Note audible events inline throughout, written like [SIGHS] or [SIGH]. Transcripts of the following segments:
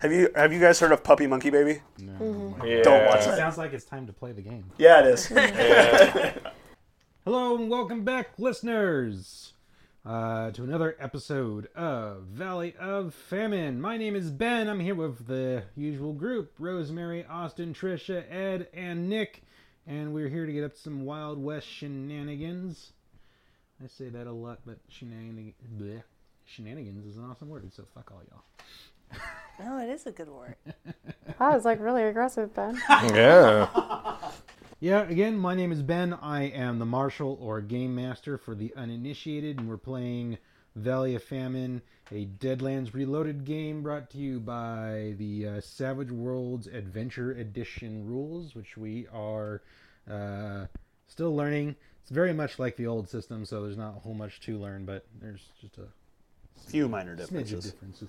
Have you have you guys heard of Puppy Monkey Baby? Yeah. Don't watch it. that. Sounds like it's time to play the game. Yeah, it is. Hello and welcome back, listeners, uh, to another episode of Valley of Famine. My name is Ben. I'm here with the usual group Rosemary, Austin, Trisha, Ed, and Nick. And we're here to get up to some Wild West shenanigans. I say that a lot, but shenanig- bleh. shenanigans is an awesome word, so fuck all y'all. No, Oh, it is a good word. That was like really aggressive, Ben. Yeah. Yeah, again, my name is Ben. I am the marshal or game master for the uninitiated, and we're playing Valley of Famine, a Deadlands Reloaded game brought to you by the uh, Savage Worlds Adventure Edition rules, which we are uh, still learning. It's very much like the old system, so there's not a whole much to learn, but there's just a [LAUGHS] Few minor smidge of differences. differences.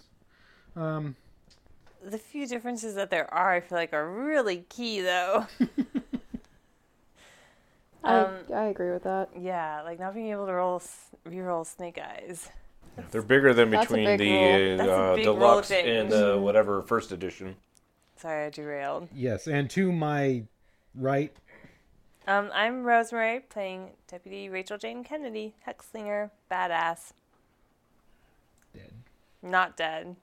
The few differences that there are, I feel like, are really key, though. [LAUGHS] I, I agree with that. yeah, like not being able to roll s- reroll snake eyes. [LAUGHS] They're bigger than That's a between big the rule. That's a uh, big rule deluxe change. and uh, Mm-hmm. whatever first edition. Sorry, I derailed. Yes, and to my right, Um, I'm Rosemary, playing Deputy Rachel Jane Kennedy, Hexlinger, badass, dead. not dead.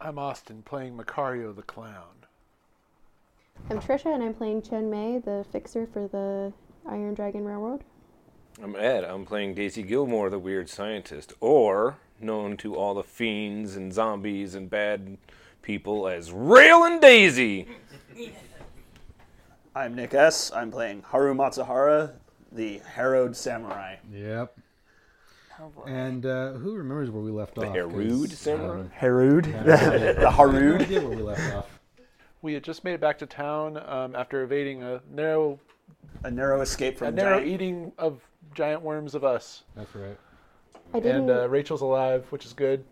I'm Austin playing Macario the Clown. I'm Trisha, and I'm playing Chen Mei, the fixer for the Iron Dragon Railroad. I'm Ed. I'm playing Daisy Gilmore, the weird scientist, or known to all the fiends and zombies and bad people as Railing Daisy. I'm Nick S. I'm playing Haru Matsuhara, the Harrowed Samurai. Yep. Oh boy. And uh, who remembers where we left off? 'Cause uh, Harrowed Samurai? Harrowed? [LAUGHS] the I have Harrowed? no idea where we left off. We had just made it back to town um, after evading a narrow, A narrow escape a from narrow giant... eating of giant worms of us. That's right. I didn't. And uh, Rachel's alive, which is good.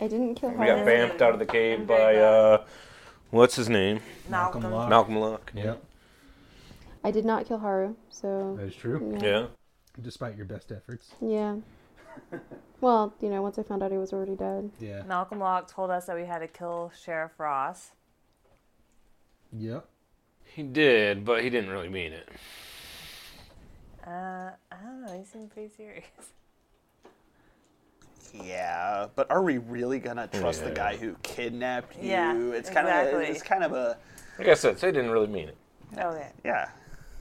I didn't kill We got her. vamped out of the cave I'm by very uh, what's his name? Malcolm. Locke. Malcolm Locke. Yep, I did not kill Haru. So that is true. Yeah. Despite your best efforts. [LAUGHS] yeah. well, you know, once I found out he was already dead. Yeah. Malcolm Locke told us that we had to kill Sheriff Ross. Yep. He did, but he didn't really mean it. Uh, I don't know. He seemed pretty serious. [LAUGHS] Yeah, but are we really gonna trust Yeah. the guy who kidnapped you? Yeah, it's kind exactly. of a, it's kind of a Like I said, they didn't really mean it. Okay. yeah.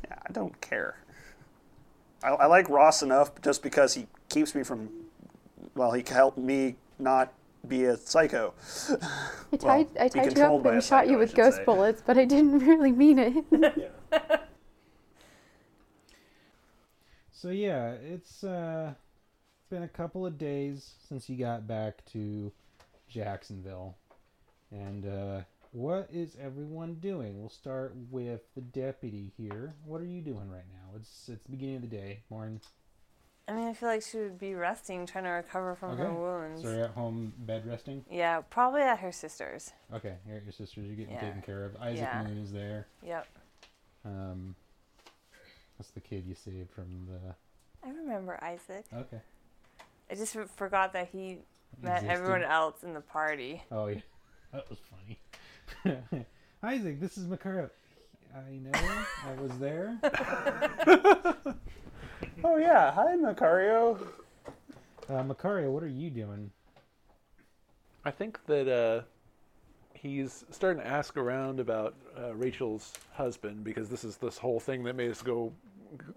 yeah I don't care. I, I like Ross enough just because he keeps me from. Well, he helped me not be a psycho. I tied, I be tied you controlled up by a and shot psycho, you I with should ghost say. bullets, but I didn't [LAUGHS] really mean it. So yeah, it's uh, been a couple of days since you got back to Jacksonville, and uh, what is everyone doing? We'll start with the deputy here. What are you doing right now? It's it's the beginning of the day, morning. I mean, I feel like she would be resting, trying to recover from her wounds. So you're at home bed resting. Yeah, probably at her sister's. Okay, you're at your sister's. You're getting Yeah. taken care of. Isaac Yeah. Moon is there. Yep. Um, that's the kid you saved from the. I remember Isaac. Okay. I just f- forgot that he met Existed. everyone else in the party. Oh yeah, [LAUGHS] that was funny. [LAUGHS] Isaac, this is Makaro. I know. I was there. Oh yeah, hi Macario. Uh, Makario, what are you doing? I think that uh, he's starting to ask around about uh, Rachel's husband because this is this whole thing that made us go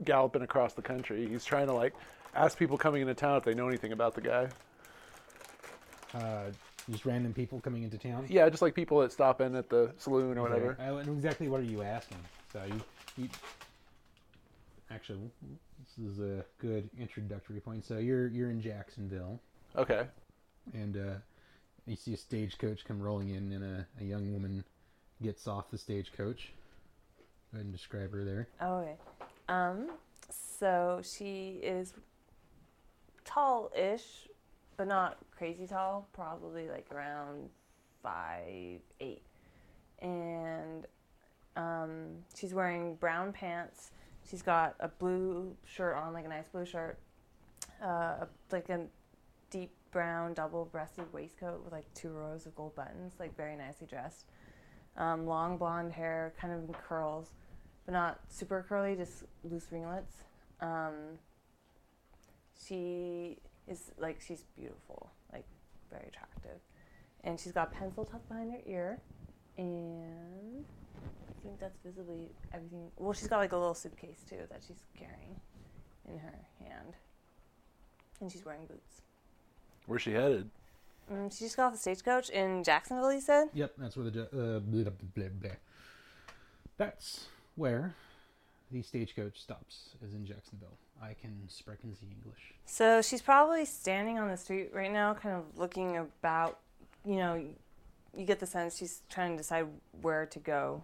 galloping across the country. He's trying to like ask people coming into town if they know anything about the guy. Uh, just random people coming into town. Yeah, just like people that stop in at the saloon or Mm-hmm. Okay. whatever. I, and exactly what are you asking? So you, you. Actually, this is a good introductory point. So you're you're in Jacksonville. Okay. and uh, you see a stagecoach come rolling in, and a, a young woman gets off the stagecoach. Go ahead and describe her there. Oh, okay. Um, so she is tall-ish, but not crazy tall. Probably like around five eight, and um, she's wearing brown pants. She's got a blue shirt on, like a nice blue shirt, uh, like a deep brown double-breasted waistcoat with like two rows of gold buttons, like very nicely dressed. Um, long blonde hair, kind of in curls, but not super curly, just loose ringlets. Um, she is like she's beautiful, like very attractive, and she's got a pencil tucked behind her ear, and I think that's visibly everything. Well, she's got like a little suitcase too that she's carrying in her hand, and she's wearing boots. Where's she headed? Um, she just got off the stagecoach in Jacksonville. You said. Yep, that's where the ju- uh, blah, blah, blah, blah. that's where the stagecoach stops, is in Jacksonville. I can sprechen the English. So she's probably standing on the street right now, kind of looking about. You know, you get the sense she's trying to decide where to go.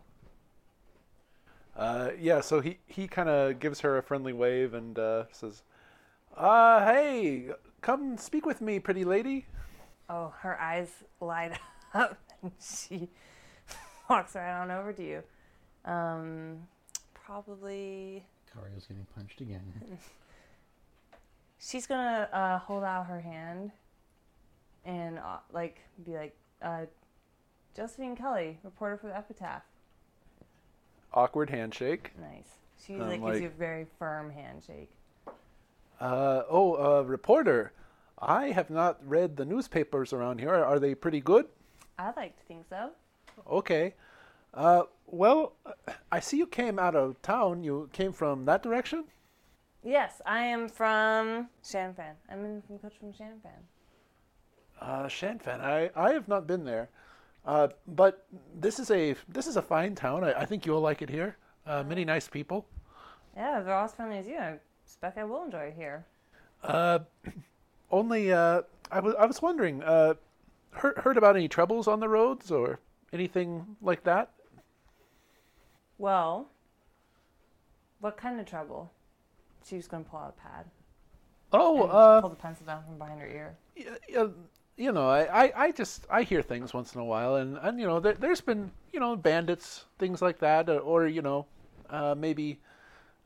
Uh, yeah, so he, he kind of gives her a friendly wave and uh, says, uh, Hey, come speak with me, pretty lady. Oh, her eyes light [LAUGHS] up, and she [LAUGHS] walks right on over to you. Um, probably Cario's getting punched again. she's gonna uh, hold out her hand and uh, like be like, uh, Josephine Kelly, reporter for the Epitaph. Awkward handshake. Nice. She Um, like, gives like- you a very firm handshake. Uh, oh, uh, reporter, I have not read the newspapers around here. Are they pretty good? I'd like to think so. Okay. Uh, well, I see you came out of town. You came from that direction? Yes, I am from Shanfan. I'm in from Coach from Shanfan. Uh, Shanfan, I, I have not been there. Uh, but this is a this is a fine town. I, I think you'll like it here. Uh, many nice people. Yeah, they're all as friendly as you. I expect I will enjoy it here. Uh, Only uh, I was I was wondering, uh, heard heard about any troubles on the roads or anything like that? Well, what kind of trouble? She was going to pull out a pad. Oh, and uh, pull the pencil down from behind her ear. uh, you know, I, I, I just I hear things once in a while, and, and you know, there, there's been you know bandits, things like that, or, or you know, uh, maybe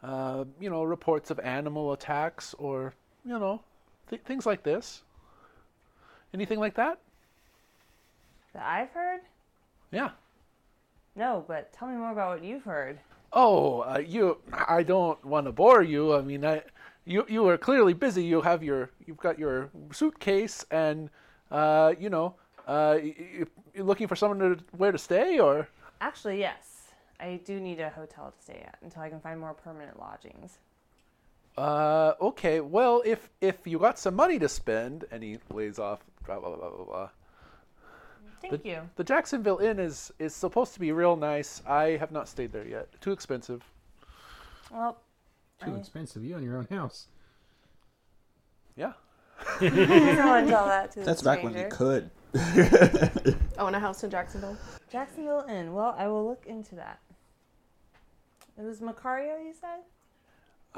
uh, you know reports of animal attacks, or you know, th- things like this. Anything like that? That I've heard? Yeah. No, but tell me more about what you've heard. Oh, uh, you. I don't want to bore you. I mean, I, you you are clearly busy. You have your you've got your suitcase, and uh, you know, uh, y- y- you're looking for someone to where to stay, or. Actually, yes. I do need a hotel to stay at until I can find more permanent lodgings. Uh, okay. Well, if if you got some money to spend, and he lays off, blah blah blah blah blah. Thank you. The Jacksonville Inn is is supposed to be real nice. I have not stayed there yet. Too expensive. Well, Too expensive. You own your own house. Yeah. I don't want to tell that to That's the back when stranger. you could. Oh, Own a house in Jacksonville. Jacksonville Inn. Well, I will look into that. It was Macario, you said?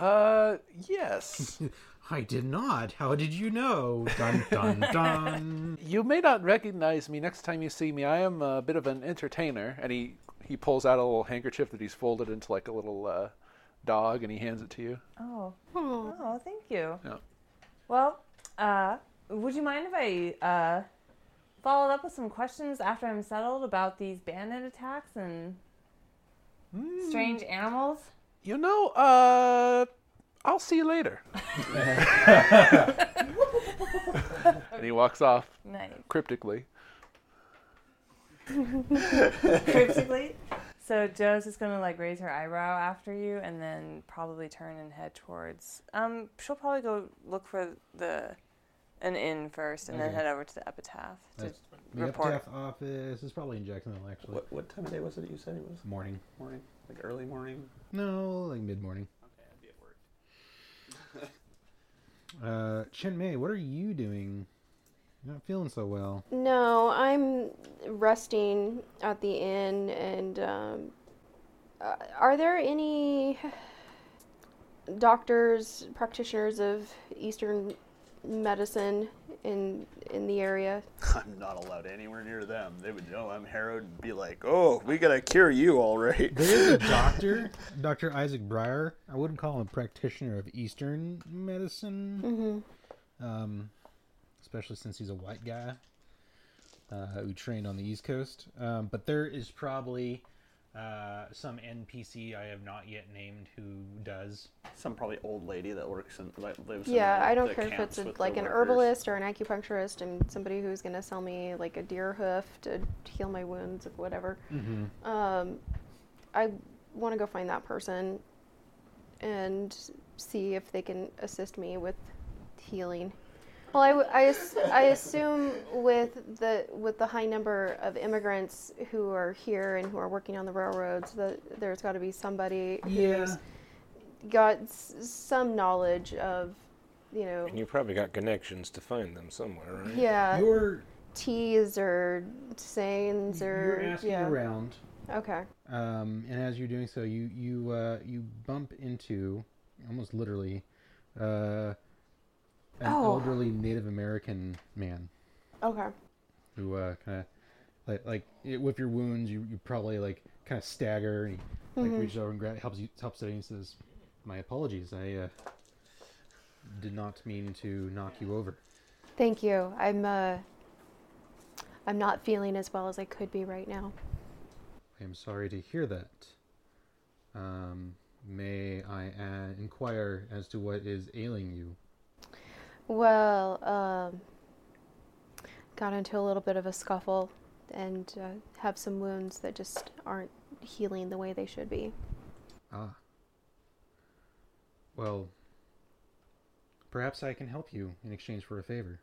Uh, yes. I did not. How did you know? Dun dun dun. you may not recognize me next time you see me. I am a bit of an entertainer, and he he pulls out a little handkerchief that he's folded into like a little uh, dog, and he hands it to you. Oh. Oh. Oh, thank you. Yeah. Well, uh, would you mind if I uh, followed up with some questions after I'm settled about these bandit attacks and strange animals? You know, uh, I'll see you later. [LAUGHS] and he walks off Nice. cryptically. Cryptically. So Joe's just gonna like raise her eyebrow after you, and then probably turn and head towards. Um, she'll probably go look for the an inn first, and then Okay. Uh. head over to the epitaph to That's- The report. epitaph office is probably in Jacksonville, actually. What, what time of day was it that you said it was? Morning. Morning? Like early morning? No, like mid morning. Okay, I'd be at work. [LAUGHS] Uh, Chen Mei, what are you doing? You're not feeling so well. No, I'm resting at the inn, and um, uh, are there any doctors, practitioners of Eastern medicine in in the area? I'm not allowed anywhere near them. They would know I'm harrowed and be like, "Oh, we gotta cure you, all right." [LAUGHS] There's a doctor, Dr. Isaac Breyer. I wouldn't call him a practitioner of Eastern medicine. Um, especially since he's a white guy uh, who trained on the East Coast. Um, but there is probably uh, some NPC I have not yet named who does. Some probably old lady that works and like, lives. in Yeah, the, I don't the care if it's camps a, with the like an workers. herbalist or an acupuncturist and somebody who's gonna sell me like a deer hoof to heal my wounds or whatever. Um, I want to go find that person and see if they can assist me with healing. Well, I, w- I as- I assume with the with the high number of immigrants who are here and who are working on the railroads, that there's got to be somebody who's got s- some knowledge of, you know, And you probably got connections to find them somewhere, right? yeah, You're teas or sayings you're or asking yeah. around. Okay. Um, and as you're doing so, you you uh, you bump into almost literally uh, an Oh. elderly Native American man Okay. who uh, kind of like like it, with your wounds, you, you probably like kind of stagger and he like reaches over and gra- helps you helps it and he says, "My apologies, I uh, did not mean to knock you over." Thank you. I'm uh I'm not feeling as well as I could be right now. I am sorry to hear that. Um, may I uh, inquire as to what is ailing you? Well, um, got into a little bit of a scuffle and uh, have some wounds that just aren't healing the way they should be. Ah. Well, perhaps I can help you in exchange for a favor.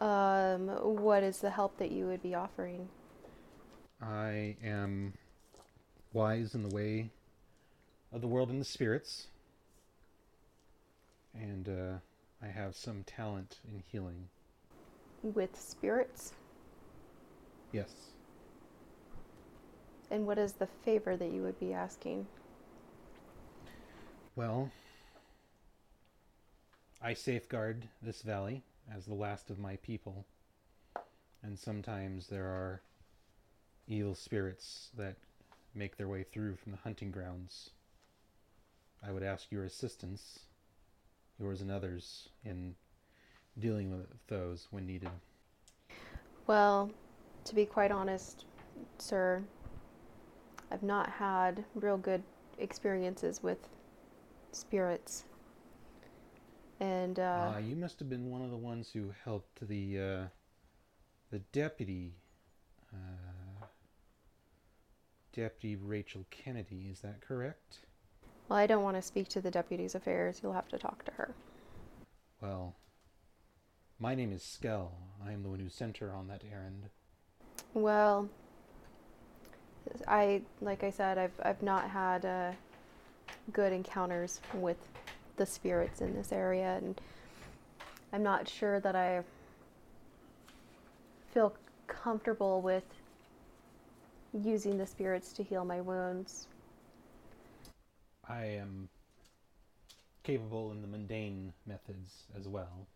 Um, what is the help that you would be offering? I am wise in the way of the world and the spirits, and uh, I have some talent in healing. With spirits? Yes. And what is the favor that you would be asking? Well, I safeguard this valley as the last of my people, and sometimes there are evil spirits that make their way through from the hunting grounds. I would ask your assistance, yours and others, in dealing with those when needed. Well, to be quite honest, sir, I've not had real good experiences with spirits. And, uh, Ah, you must have been one of the ones who helped the uh, the deputy uh, deputy Rachel Kennedy. Is that correct? well, I don't want to speak to the deputy's affairs. You'll have to talk to her. Well, my name is Skell. I am the one who sent her on that errand. Well, I like I said, I've I've not had uh, good encounters with the spirits in this area, and I'm not sure that I feel comfortable with using the spirits to heal my wounds. I am capable in the mundane methods as well.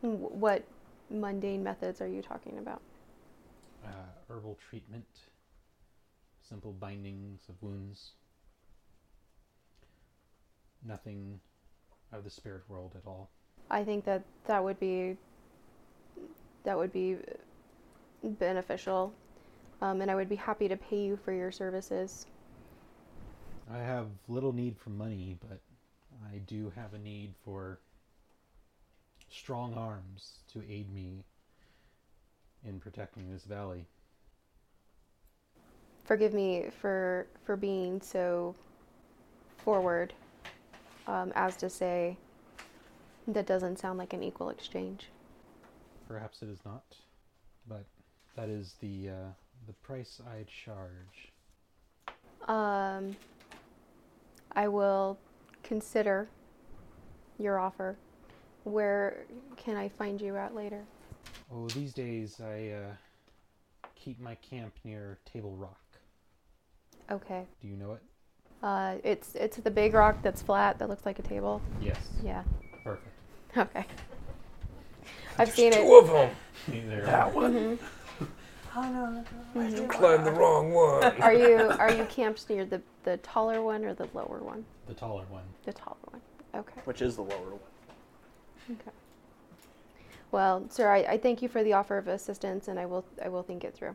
Wh- What mundane methods are you talking about? Uh, herbal treatment, simple bindings of wounds. Nothing of the spirit world at all. I think that that would be that would be beneficial, um, and I would be happy to pay you for your services. I have little need for money, but I do have a need for strong arms to aid me in protecting this valley. Forgive me for for being so forward, um, as to say that doesn't sound like an equal exchange. Perhaps it is not, but that is the uh, the price I charge. Um, I will consider your offer. Where can I find you at later? Oh, these days I uh, keep my camp near Table Rock. Okay. Do you know it? Uh, it's it's the big rock that's flat that looks like a table. Yes. Yeah. Perfect. [LAUGHS] Okay. I've seen Two it. of them. Neither. Oh no, that's not what I do. Climbed the wrong one. Are you [LAUGHS] are you camped near the the taller one or the lower one? The taller one. The taller one. Okay. Which is the lower one. Okay. Well, sir, I, I thank you for the offer of assistance, and I will I will think it through.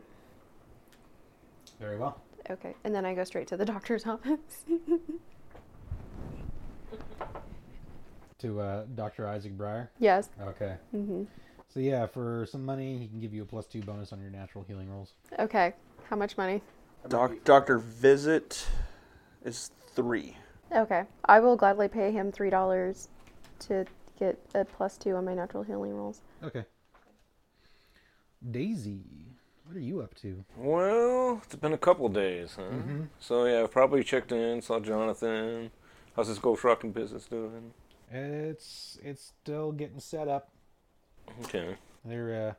Very well. Okay, and then I go straight to the [LAUGHS] doctor's office. To uh, Dr. Isaac Breyer. yes. Okay. hmm So yeah, for some money, he can give you a plus two bonus on your natural healing rolls. Okay. How much money? Doc, doctor visit is three. Okay. I will gladly pay him three dollars to get a plus two on my natural healing rolls. Okay. Daisy, what are you up to? Well, it's been a couple days, huh? So yeah, I've probably checked in, saw Jonathan. How's this ghost rocking business doing? It's it's still getting set up. Okay. They're uh,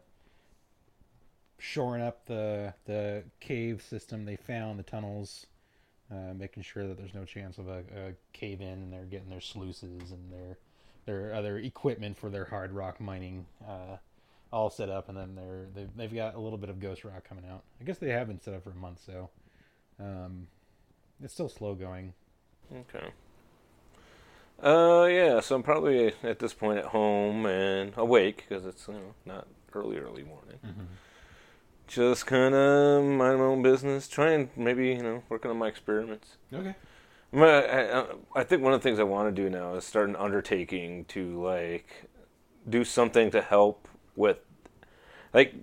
shoring up the the cave system they found, the tunnels, uh, making sure that there's no chance of a, a cave in, and they're getting their sluices and their their other equipment for their hard rock mining uh, all set up, and then they're they've, they've got a little bit of ghost rock coming out. I guess they have been set up for a month, so um, it's still slow going. Okay. Uh, yeah, so I'm probably at this point at home and awake because it's, you know, not early, early morning. Just kind of mind my own business, trying maybe, you know, working on my experiments. Okay. I'm gonna- I, I, I think one of the things I want to do now is start an undertaking to, like, do something to help with, like,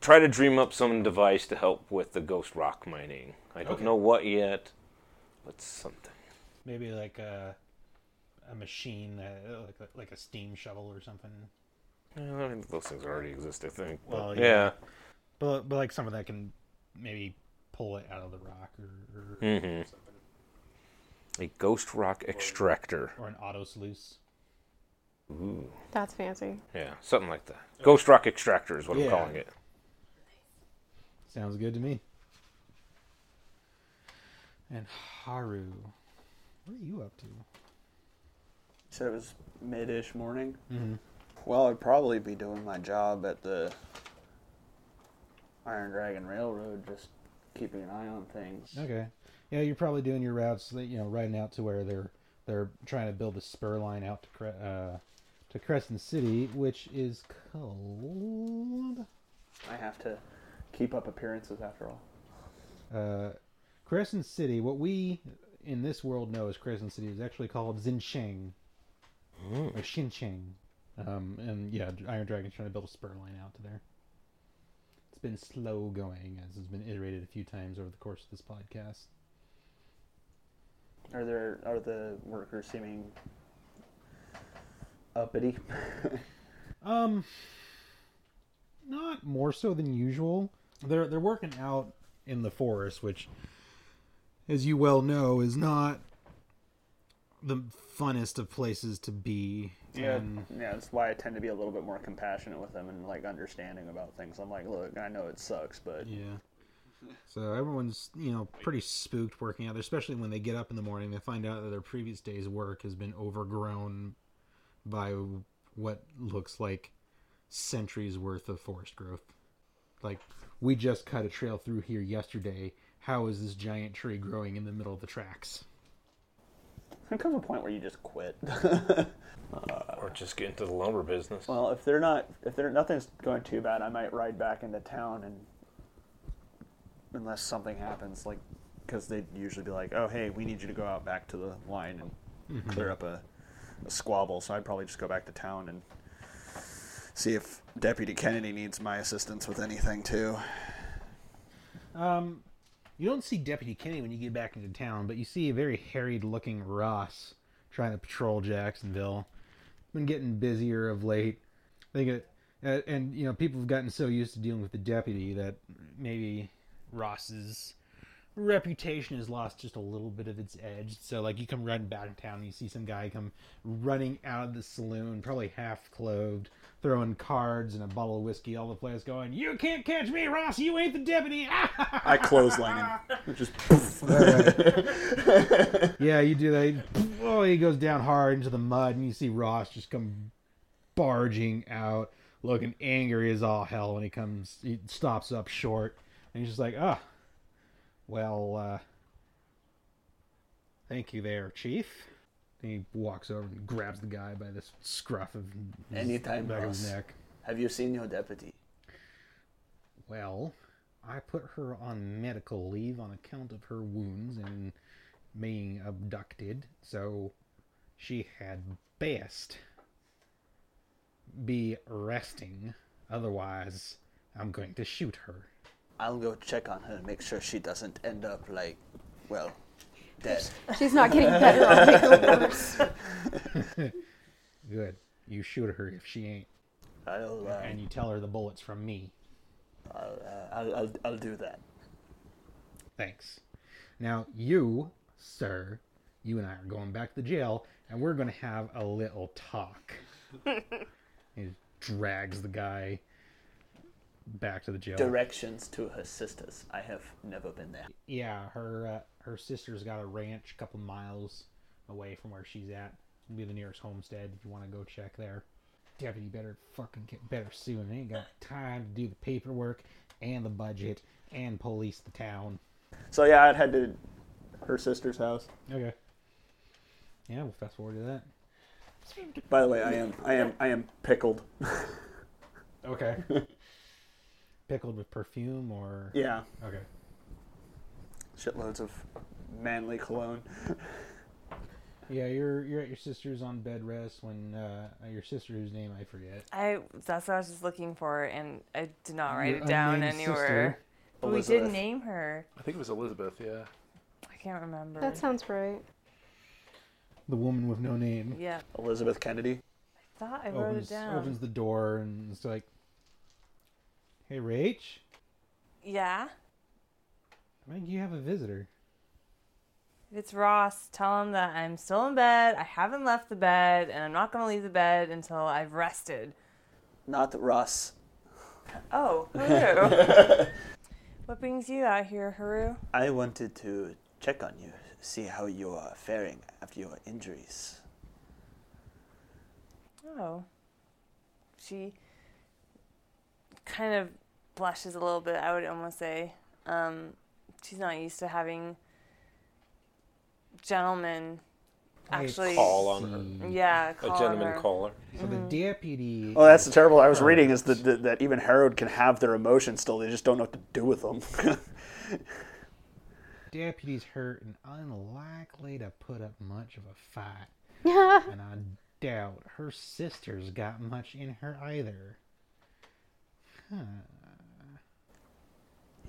try to dream up some device to help with the ghost rock mining. I don't Okay. know what yet, but something. Maybe like a a machine, uh, like a, like a steam shovel or something. Well, I mean, Eh, those things already exist, I think. but- Well, yeah. yeah. But but like some of that can maybe pull it out of the rock or or, Mhm. something. Mm-hmm. A ghost rock extractor. or an auto sluice. Ooh. That's fancy. [LAUGHS] Yeah, something like that. Ghost rock extractor is what Yeah. I'm calling it. Sounds good to me. And Haru, what are you up to? said it was mid-ish morning. Well, I'd probably be doing my job at the Iron Dragon Railroad, just keeping an eye on things. Okay, yeah, you're probably doing your routes, that, you know, riding out to where they're they're trying to build a spur line out to Cre- uh, to Crescent City, which is called. I have to keep up appearances after all. uh, Crescent City, what we in this world know as Crescent City, is actually called Xincheng or Xincheng. Um, and yeah, Iron Dragon's trying to build a spur line out to there. It's been slow going, as has been iterated a few times over the course of this podcast. Are there are the workers seeming uppity? [LAUGHS] Um, not more so than usual. They're they're working out in the forest, which, as you well know, is not the funnest of places to be. And- yeah, that's why I tend to be a little bit more compassionate with them and like understanding about things. I'm like, look, I know it sucks, but Yeah. So everyone's, you know, pretty spooked working out, there, especially when they get up in the morning. They find out that their previous day's work has been overgrown by what looks like centuries worth of forest growth. Like, we just cut a trail through here yesterday. How is this giant tree growing in the middle of the tracks? there comes a point where you just quit. [LAUGHS] Or just get into the lumber business. Well, if they're not, if they're nothing's going too bad, I might ride back into town and unless something happens, like because they'd usually be like, "Oh, hey, we need you to go out back to the line and clear up a, a squabble." So I'd probably just go back to town and see if Deputy Kennedy needs my assistance with anything too. Um, you don't see Deputy Kenny when you get back into town, but you see a very harried looking Ross trying to patrol Jacksonville. Been getting busier of late. They get, uh, and you know, people have gotten so used to dealing with the deputy that maybe Ross's reputation has lost just a little bit of its edge. So, like, you come running back in town, and you see some guy come running out of the saloon, probably half clothed, throwing cards and a bottle of whiskey all the place, going, "You can't catch me, Ross. You ain't the deputy." [LAUGHS] I clothesline him, just Yeah, you do that. Oh, he goes down hard into the mud, and you see Ross just come barging out, looking angry as all hell when he comes. He stops up short, and he's just like, "Ah, well, uh, thank you there, Chief." And he walks over and grabs the guy by this scruff of his Anytime, back of boss. his neck. Have you seen your deputy? Well, I put her on medical leave on account of her wounds and being abducted, so she had best be resting. Otherwise, I'm going to shoot her. I'll go check on her, make sure she doesn't end up like, well, dead. She's not getting better. [LAUGHS] I'll make her worse. Good. You shoot her if she ain't. I'll, uh, And you tell her the bullet's from me. I'll, uh, I'll, I'll, I'll do that. Thanks. Now, you, sir, you and I are going back to the jail, and we're going to have a little talk. he drags the guy back to the jail. Directions to her sisters. I have never been there. Yeah, her uh, her sister's got a ranch a couple miles away from where she's at. It'll be the nearest homestead if you want to go check there. Deputy better fucking get better soon. They ain't got time to do the paperwork and the budget and police the town. So yeah, I'd head to her sister's house. Okay. Yeah, we'll fast forward to that. By the way, I am, I am, I am pickled. [LAUGHS] Okay. Pickled with perfume or Yeah, okay. shitloads of manly cologne. Yeah, you're you're at your sister's on bed rest when uh, your sister whose name I forget. I that's what I was just looking for, and I did not write Your it down unnamed anywhere. sister. But we did Elizabeth. name her. I think it was Elizabeth. Yeah. I can't remember. That sounds right. The woman with no name yeah. Elizabeth Kennedy. I thought I wrote opens it down. Oh, opens the door and it's like, "Hey, Rach, Yeah. I think you have a visitor." If it's Ross, tell him that I'm still in bed. I haven't left the bed, and I'm not gonna leave the bed until I've rested. Not Ross. Oh, Haru. [LAUGHS] what brings you out here, Haru? I wanted to check on you, see how you are faring after your injuries. Oh. She kind of blushes a little bit, I would almost say. Um, she's not used to having gentlemen I actually. Call on her. Oh, see. [LAUGHS] Yeah, Mm-hmm. call A gentleman her. caller. So the deputy. Well, that's terrible. I was reading is that, that, that even Harrowed can have their emotions still. They just don't know what to do with them. [LAUGHS] deputy's hurt and unlikely to put up much of a fight. and I doubt her sister's got much in her either.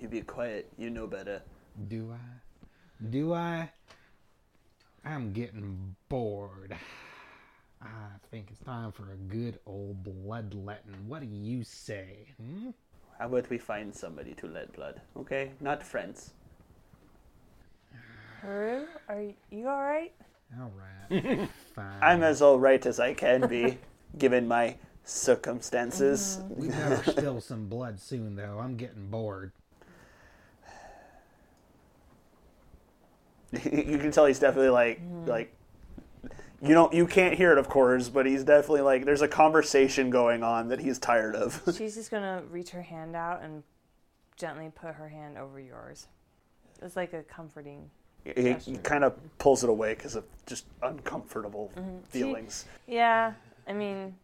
you be quiet. You know better. Do I? Do I? I'm getting bored. I think it's time for a good old bloodletting. What do you say? Hmm? How about we find somebody to let blood? Okay, not friends. Haru, are [LAUGHS] you alright? All right. Fine. I'm as all right as I can be, [LAUGHS] given my circumstances. We better spill some blood soon, though. I'm getting bored. [LAUGHS] you can tell he's definitely like like you don't you can't hear it, of course, but he's definitely like there's a conversation going on that he's tired of. [LAUGHS] She's just gonna reach her hand out and gently put her hand over yours. It's like a comforting. he, he kind of pulls it away because of just uncomfortable Mm-hmm. Mm-hmm. feelings. Yeah, I mean,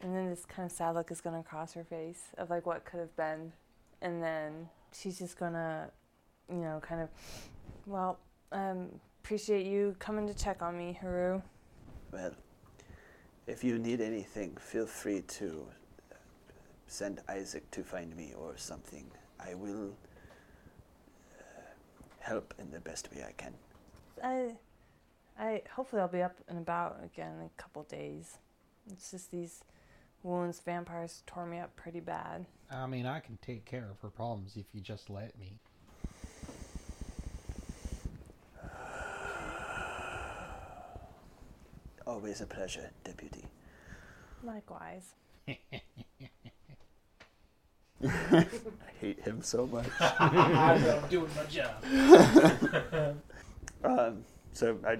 and then this kind of sad look is gonna cross her face of like what could have been, and then she's just gonna, you know, kind of, well, um, appreciate you coming to check on me, Haru. Well, if you need anything, feel free to uh, send Isaac to find me or something. I will uh, help in the best way I can. I, I hopefully I'll be up and about again in a couple days. It's just these wounds vampires tore me up pretty bad. I mean, I can take care of her problems if you just let me. Always a pleasure, Deputy. Likewise. I hate him so [LAUGHS] much. I'm doing my job. [LAUGHS] um, so I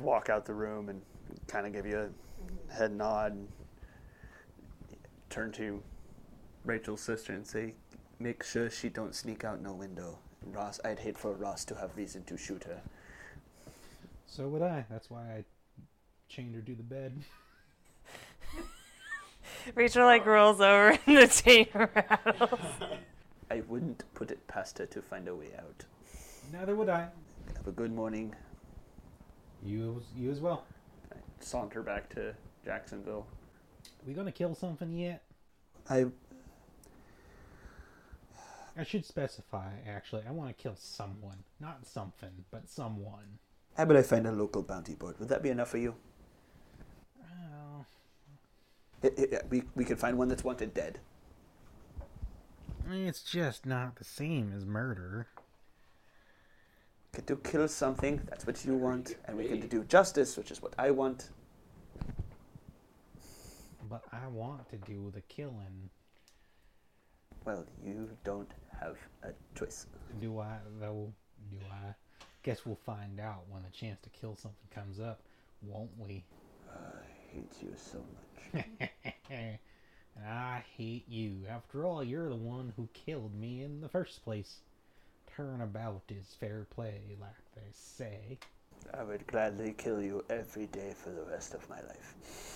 walk out the room and kind of give you a head nod and turn to Rachel's sister and say, make sure she don't sneak out no window. Ross, I'd hate for Ross to have reason to shoot her. So would I. That's why I chained her to the bed. Rachel like rolls over and the [LAUGHS] chain rattles. I wouldn't put it past her to find a way out. Neither would I. Have a good morning. You, as- you as well. I saunter back to Jacksonville. We gonna kill something yet? I I should specify. Actually, I want to kill someone, not something, but someone. how about I find a local bounty board? Would that be enough for you? Oh, It- it- we we could find one that's wanted dead. I mean, it's just not the same as murder. Get to kill something. That's what you want, and we get to do justice, which is what I want. But I want to do the killing. Well, you don't have a choice. Do I though? Do I? Guess we'll find out when the chance to kill something comes up, won't we? [LAUGHS] I hate you so much. and I hate you. After all, you're the one who killed me in the first place. Turnabout is fair play, like they say. I would gladly kill you every day for the rest of my life.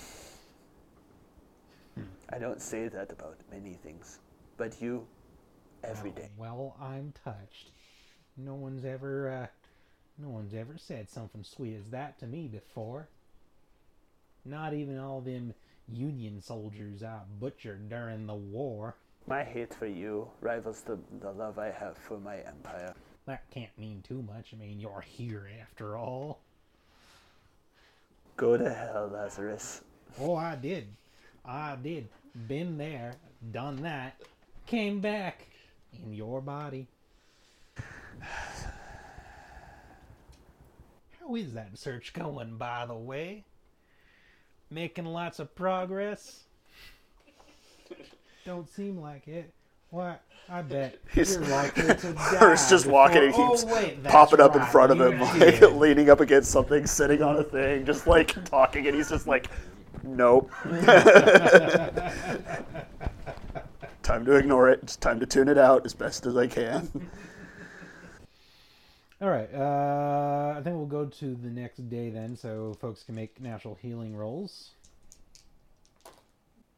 I don't say that about many things, but you, every Oh, day. Well, I'm touched. No one's ever, uh, no one's ever said something sweet as that to me before. Not even all them Union soldiers I butchered during the war. My hate for you rivals the, the love I have for my empire. That can't mean too much. I mean, you're here after all. Go to hell, Lazarus. Oh, I did. I did. Been there, done that, came back in your body. [SIGHS] How is that search going, by the way? Making lots of progress? Don't seem like it. What? I bet He's- you're [LAUGHS] likely to die. He's just walking and before- keeps oh, wait, that's popping up in right, front of you him, like [LAUGHS] did. leaning up against something, sitting on a thing, just like [LAUGHS] talking, and he's just like, nope. time to ignore it. It's time to tune it out as best as I can. All right. Uh, I think we'll go to the next day then, so folks can make natural healing rolls.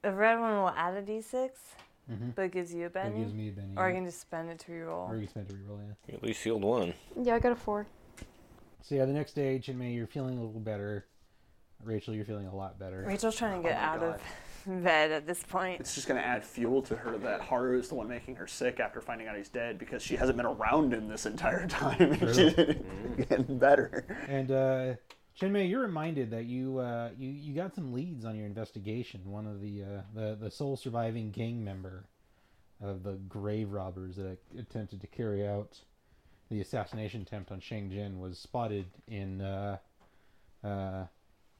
The red one will add a d6, Mhm. but it gives you a That Benny. gives me a Benny. or I can just spend it to reroll. Or you can spend a reroll, yeah. At least healed one. Yeah, I got a four. So yeah, the next day, Chinmay, you're feeling a little better. Rachel, you're feeling a lot better. Rachel's trying to get Oh my out of [LAUGHS] bed at this point. [LAUGHS] It's just going to add fuel to her that Haru is the one making her sick after finding out he's dead because she hasn't been around him this entire [LAUGHS] time. She's getting better. And uh, Chinmay, you're reminded that you uh, you you got some leads on your investigation. One of the uh, the the sole surviving gang member of the grave robbers that attempted to carry out the assassination attempt on Shang Jin was spotted in uh, uh,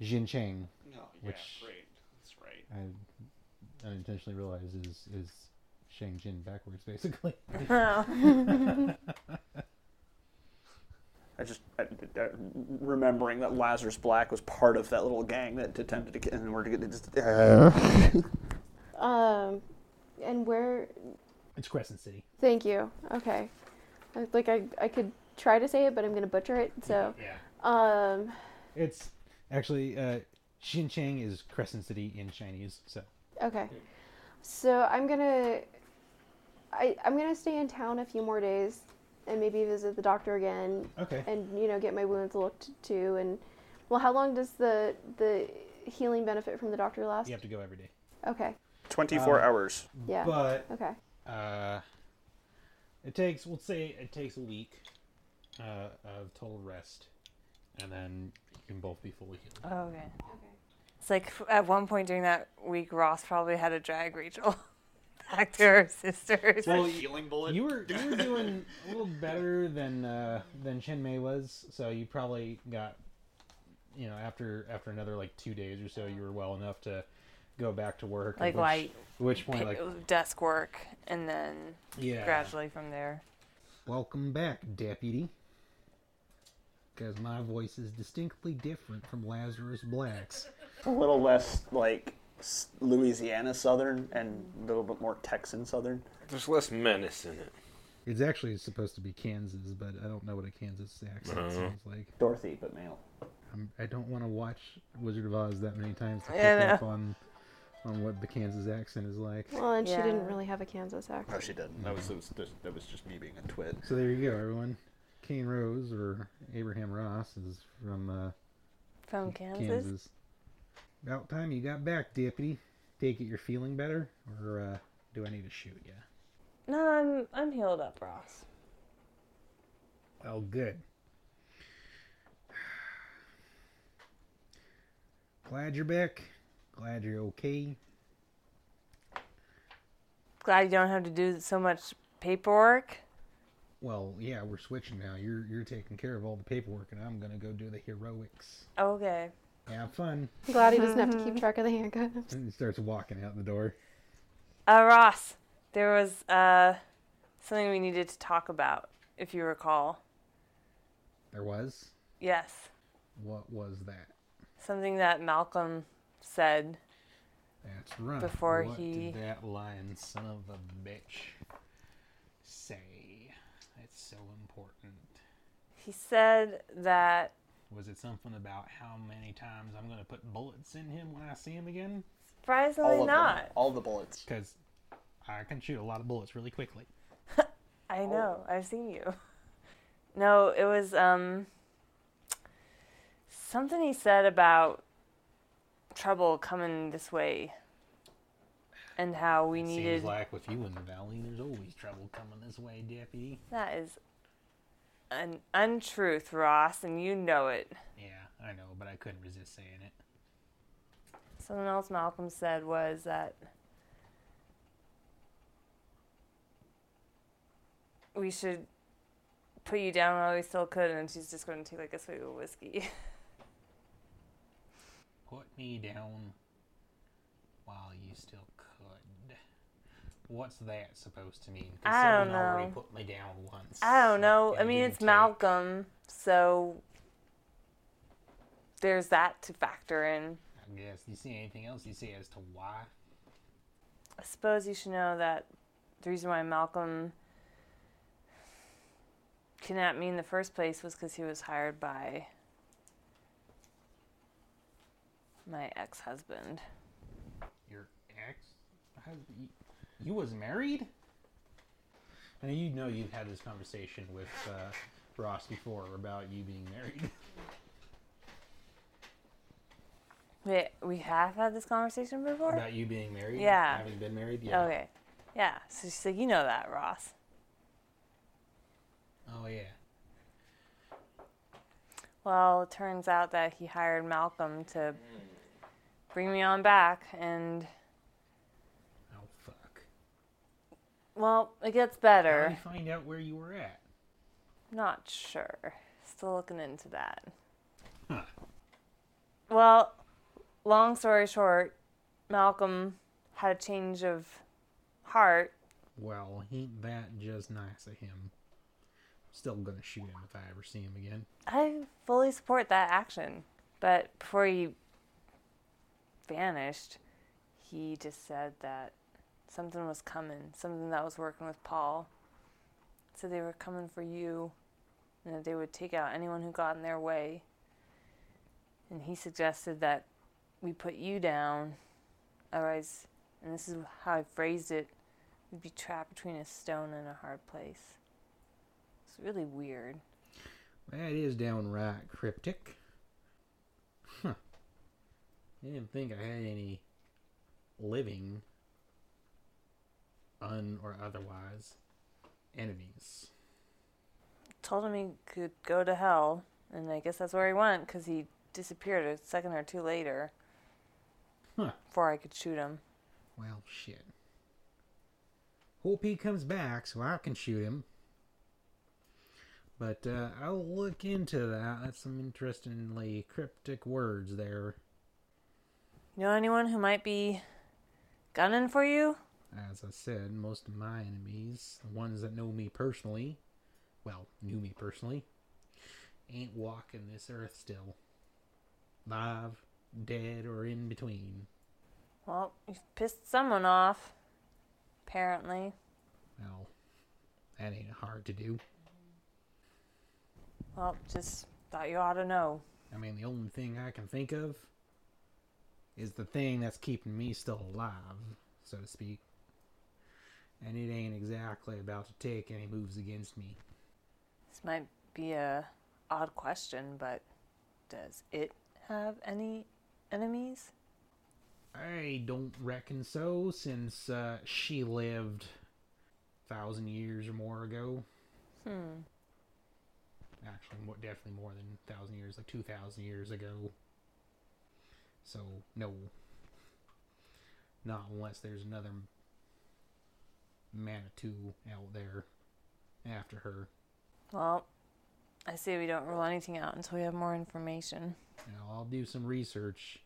Jincheng, No, Which- great. That's right. I unintentionally realized is is Shang Jin backwards, basically. [LAUGHS] I just I, I- remembering that Lazarus Black was part of that little gang that attempted to get and were to get. Just, Um, and where? It's Crescent City. Thank you. Okay, I- like I, I could try to say it, but I'm gonna butcher it. So, Yeah. um, It's actually uh, Xinchang is Crescent City in Chinese. So okay. So I'm gonna, I, I'm gonna stay in town a few more days, and maybe visit the doctor again, okay, and you know get my wounds looked to, and well, how long does the the healing benefit from the doctor last? you have to go every day. Okay. 24 Uh, Um, hours. Yeah. But okay. uh, it takes, we'll say, it takes a week uh, of total rest, and then you can both be fully healed. Oh, okay. It's like f- at one point during that week, Ross probably had to drag Rachel [LAUGHS] back to her sister's. [LAUGHS] healing bullet. You were you were doing a little better than uh, than Chinmay was, so you probably got you know after after another like two days or so, you were well enough to go back to work. at which, Like, like, which pi- point [LAUGHS] like desk work, and then yeah gradually from there. Welcome back, deputy. Because my voice is distinctly different from Lazarus Black's. a little less like s- Louisiana Southern and a little bit more Texan Southern. There's less menace in it. It's actually supposed to be Kansas, but I don't know what a Kansas accent Uh-huh. sounds like. Dorothy, but male. I'm, I don't want to watch Wizard of Oz that many times to pick Yeah, I know. up on on what the Kansas accent is like. Well, and she didn't Yeah. really have a Kansas No, accent. she didn't. That was, that was just that was just me being a twit. So there you go, everyone. Kane Rose or Abraham Ross is from uh, From Kansas? Kansas. About time you got back, Deputy. Take it you're feeling better, or uh, do I need to shoot you? No, I'm I'm healed up, Ross. Well, good. [SIGHS] Glad you're back. Glad you're okay. Glad you don't have to do so much paperwork. Well, yeah, we're switching now. You're you're taking care of all the paperwork, and I'm gonna go do the heroics. Okay. Have fun. Glad he doesn't have [LAUGHS] to keep track of the handcuffs. And he starts walking out the door. Uh, Ross, there was uh, something we needed to talk about, if you recall. There was. Yes, What was that? something that Malcolm said. That's right. Before what he- did that lying son of a bitch say? That's so important. He said that Was it something about how many times I'm gonna put bullets in him when I see him again? surprisingly of not. Them. All the bullets. Because I can shoot a lot of bullets really quickly. I know. I've seen you. [LAUGHS] No, it was um something he said about trouble coming this way and how we needed Seems like with you in the valley, there's always trouble coming this way, deputy. that is an untruth, Ross, and you know it. Yeah, I know, but I couldn't resist saying it. Something else Malcolm said was that we should put you down while we still could, and she's just going to take like a swig of whiskey. [LAUGHS] Put me down while you still could. What's that supposed to mean? 'Cause I don't someone already know. put me down once. I don't know. I and mean, didn't it's take- Malcolm, so there's that to factor in. I guess. Do you see anything else you see as to why? I suppose you should know that the reason why Malcolm kidnapped me in the first place was because he was hired by my ex husband. Your ex? husband- You, you was married? I mean, you know you've had this conversation with uh, Ross before about you being married. Wait, we have had this conversation before? about you being married? Yeah. Oh, Having been married? Yeah. Okay. Yeah. So she's like, you know that, Ross. Oh, yeah. Well, it turns out that he hired Malcolm to bring me on back, and Oh, fuck. well, it gets How did better. you find out where you were at? Not sure. Still looking into that. Huh. Well, long story short, Malcolm had a change of heart. Well, ain't that just nice of him? Still gonna shoot him if I ever see him again. I fully support that action, but before he vanished, he just said that something was coming, something that was working with Paul. So they were coming for you, and that they would take out anyone who got in their way. And he suggested that we put you down, otherwise, and this is how I phrased it, we'd be trapped between a stone and a hard place. It's really weird. That is downright cryptic. Huh. I didn't think I had any living, un or otherwise, enemies. told him he could go to hell, and I guess that's where he went because he disappeared a second or two later. Huh. Before I could shoot him. Well, shit. Hope he comes back so I can shoot him. But uh, I'll look into that. That's some interestingly cryptic words there. You know anyone who might be gunning for you? As I said, most of my enemies, the ones that know me personally, well, knew me personally, ain't walking this earth still. Live, dead, or in between. Well, you've pissed someone off. Apparently. Well, that ain't hard to do. Well, just thought you ought to know. I mean, the only thing I can think of is the thing that's keeping me still alive, so to speak. And it ain't exactly about to take any moves against me. This might be a odd question, but does it have any enemies? I don't reckon so, since uh, she lived thousand years or more ago. Hmm. Actually, more, definitely more than thousand years, like two thousand years ago. So no, not unless there's another Manitou out there after her. Well, I say we don't rule anything out until we have more information. Now, I'll do some research.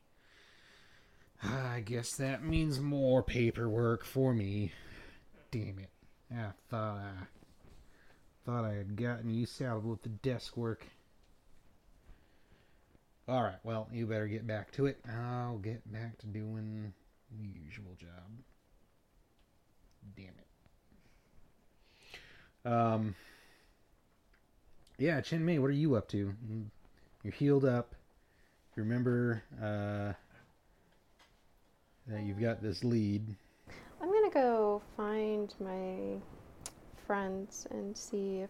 [SIGHS] I guess that means more paperwork for me. Damn it. I thought I thought I had gotten you saddled with the desk work. Alright, well, you better get back to it. I'll get back to doing the usual job. Damn it. Um Yeah, Chin Mei, what are you up to? You- You're healed up. You remember uh that you've got this lead. I'm gonna go find my friends and see if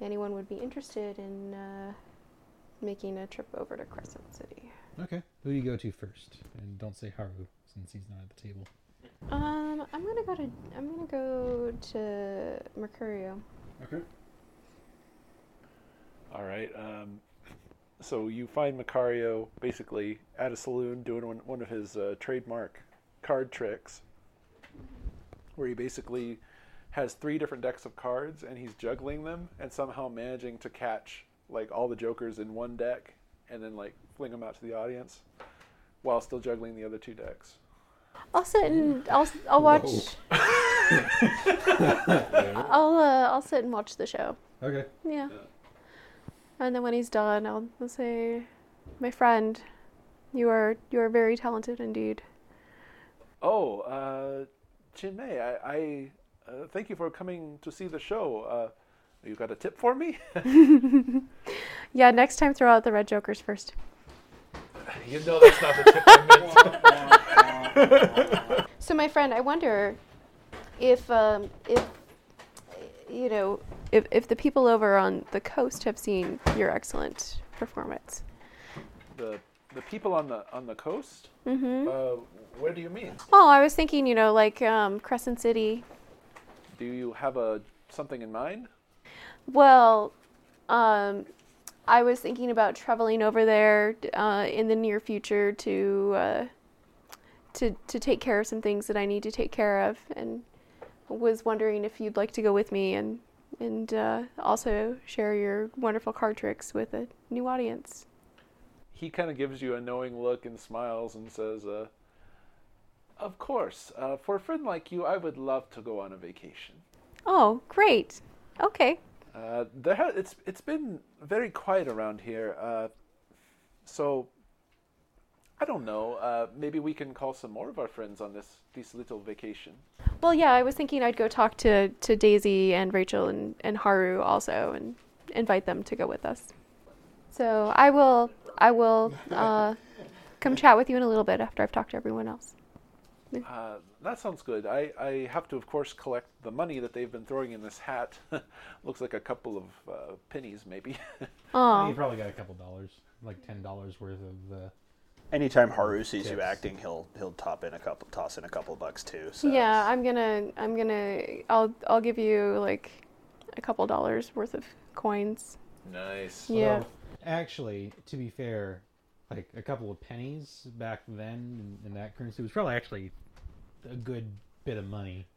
anyone would be interested in uh, making a trip over to Crescent City. Okay. Who do you go to first? And don't say Haru since he's not at the table. Um, I'm gonna go to I'm gonna go to Mercurio. Okay. All right. Um, so you find Macario basically at a saloon doing one, one of his uh, trademark card tricks, where he basically has three different decks of cards and he's juggling them and somehow managing to catch like all the jokers in one deck and then like fling them out to the audience while still juggling the other two decks. I'll sit and I'll s- I'll watch. I'll uh, I'll sit and watch the show. Okay. Yeah. And then when he's done, I'll, I'll say, "My friend, you are you are very talented indeed." Oh, uh, Chin Mei, I, I uh, thank you for coming to see the show. Uh, you got a tip for me? Yeah, next time throw out the red jokers first. [LAUGHS] you know that's not the tip I meant. So, my friend, I wonder if, um, if you know, if, if the people over on the coast have seen your excellent performance. the the people on the on the coast. Mm-hmm. Uh, where do you mean? Oh, I was thinking, you know, like um, Crescent City. Do you have a something in mind? Well, um, I was thinking about traveling over there uh, in the near future to uh, to to take care of some things that I need to take care of, and was wondering if you'd like to go with me and and uh, also share your wonderful card tricks with a new audience. He kind of gives you a knowing look and smiles and says, uh, "Of course. Uh, for a friend like you, I would love to go on a vacation. Oh, great! Okay. Uh, there ha- it's it's been very quiet around here, uh, so." I don't know. Uh, maybe we can call some more of our friends on this this little vacation. Well, yeah, I was thinking I'd go talk to to Daisy and Rachel and, and Haru also, and invite them to go with us. So I will I will uh, come chat with you in a little bit after I've talked to everyone else. Uh, that sounds good. I, I have to, of course, collect the money that they've been throwing in this hat. [LAUGHS] Looks like a couple of uh, pennies, maybe. [LAUGHS] You Oh, probably got a couple dollars, like ten dollars worth of. Uh, Anytime Haru sees you Tips. acting, he'll he'll top in a couple, toss in a couple bucks too. So yeah, I'm gonna I'm gonna I'll I'll give you like a couple dollars worth of coins. nice. Yeah. well, actually, to be fair, like a couple of pennies back then in, in that currency was probably actually a good bit of money.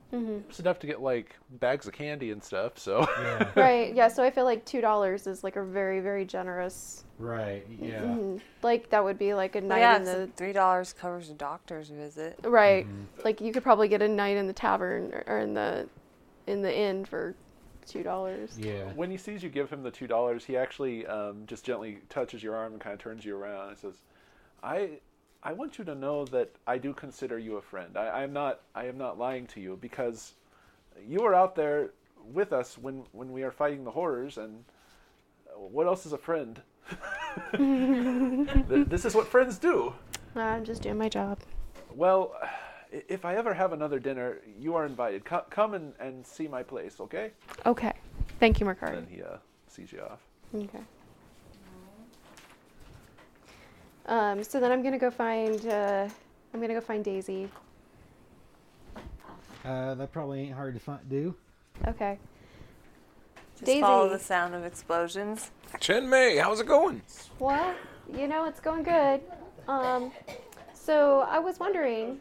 It's enough to get like bags of candy and stuff. So Yeah. [LAUGHS] [LAUGHS] Right. Yeah. So I feel like two dollars is like a very very generous. mm, right. Yeah. Mm-hmm. Like that would be like a night yeah, in so the three dollars covers a doctor's visit. Right. Like you could probably get a night in the tavern or- or in the in the inn for two dollars. Yeah. when he sees you give him the two dollars, he actually um, just gently touches your arm and kind of turns you around and says, "I." I want you to know that I do consider you a friend. I, I am not. I am not lying to you because you were out there with us when when we are fighting the horrors and uh, what else is a friend [LAUGHS] Th- this is what friends do Ah, I'm just doing my job. well i- if i ever have another dinner you are invited Co- come and, and see my place okay Okay. Thank you, Mercari. and he uh, sees you off Okay. Um, so then I'm gonna go find uh, I'm gonna go find Daisy. Uh, that probably ain't hard to fi- do. Okay. Just Daisy. follow the sound of explosions. Chen Mei, how's it going? Well, you know it's going good. Um, so I was wondering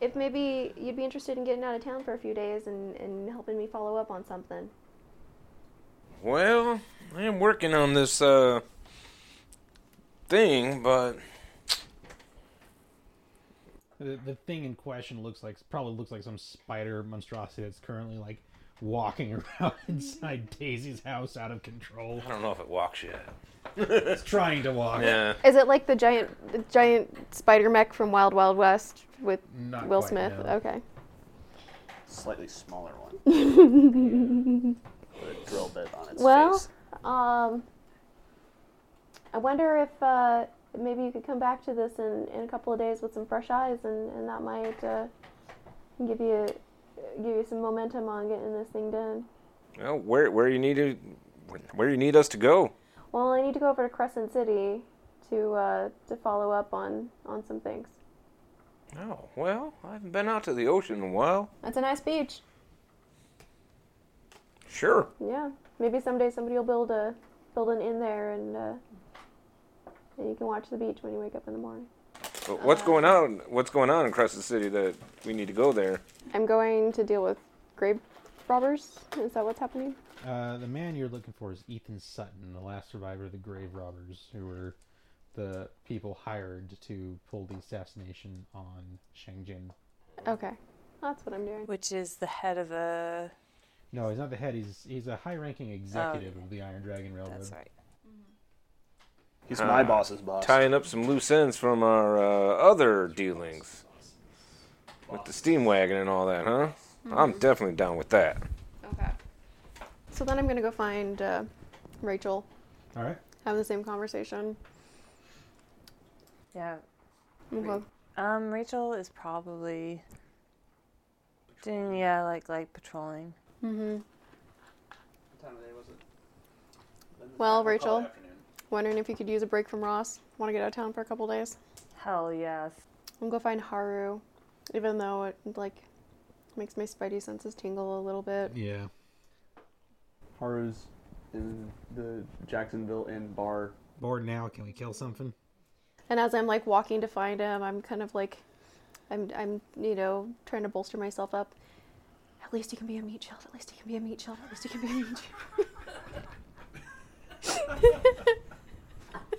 if maybe you'd be interested in getting out of town for a few days and, and helping me follow up on something. Well, I am working on this uh thing, but The, the thing in question looks like probably looks like some spider monstrosity that's currently like walking [LAUGHS] around inside Daisy's house out of control. I don't know if it walks yet. It's trying to walk. Yeah. Is it like the giant the giant spider mech from Wild Wild West with Not Will quite, Smith? no. Okay. Slightly smaller [LAUGHS] one. With a drill bit on its Well, face. Um, I wonder if uh, maybe you could come back to this in, in a couple of days with some fresh eyes, and, and that might uh, give you give you some momentum on getting this thing done. Well, where where you need to where you need us to go? Well, I need to go over to Crescent City to uh, to follow up on on some things. Oh, well, I haven't been out to the ocean in a while. That's a nice beach. Sure. Yeah, maybe someday somebody will build a build an inn there, and uh, and you can watch the beach when you wake up in the morning. But what's going on? What's going on in Crescent City that we need to go there? I'm going to deal with grave robbers. Is that what's happening? Uh, the man you're looking for is Ethan Sutton, the last survivor of the grave robbers, who were the people hired to pull the assassination on Shang Jin. Okay. That's what I'm doing. Which is the head of a. No, he's not the head. He's he's a Oh, high-ranking executive of the Iron Dragon Railroad. That's right. He's uh, my boss's boss. Tying up some loose ends from our uh, other dealings with the steam wagon and all that, huh? I'm definitely down with that. Okay. So then I'm going to go find uh, Rachel, All right. have the same conversation. Yeah. Okay. Um, Rachel is probably. Doing, yeah, like like patrolling. Mm-hmm. What time of day was it? Well, Rachel, Afternoon. wondering if you could use a break from Ross. Want to get out of town for a couple days? Hell yes. I'm going to go find Haru, even though it, like, makes my spidey senses tingle a little bit. Yeah. Haru's in the Jacksonville Inn bar. Bored now? Can we kill something? And as I'm, like, walking to find him, I'm kind of like, I'm, I'm, you know, trying to bolster myself up. At least he can be a meat shelf. At least he can be a meat shelf. At least he can be a meat shelf.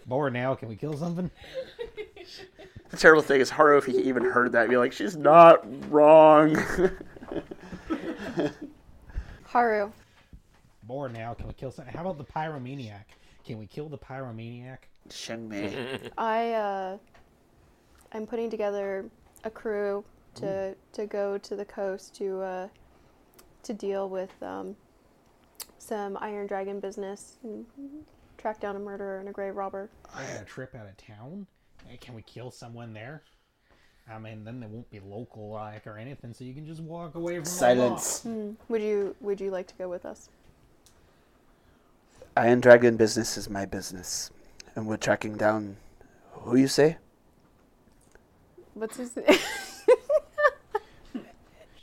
Bored now? Can we kill something? The terrible thing is Haru, if he even heard that, he'd be like, she's not wrong. [LAUGHS] [LAUGHS] Haru, Bored now? Can we kill something? How about the pyromaniac? Can we kill the pyromaniac? Shenmei. I uh, I'm putting together a crew to to go to the coast to uh, to deal with um, some Iron Dragon business and track down a murderer and a grave robber. We're gonna trip out of town. Hey, can we kill someone there? I mean, then they won't be local like or anything, so you can just walk away from the law. Silence. Would you Would you like to go with us? Iron Dragon business is my business. And we're tracking down who you say? What's his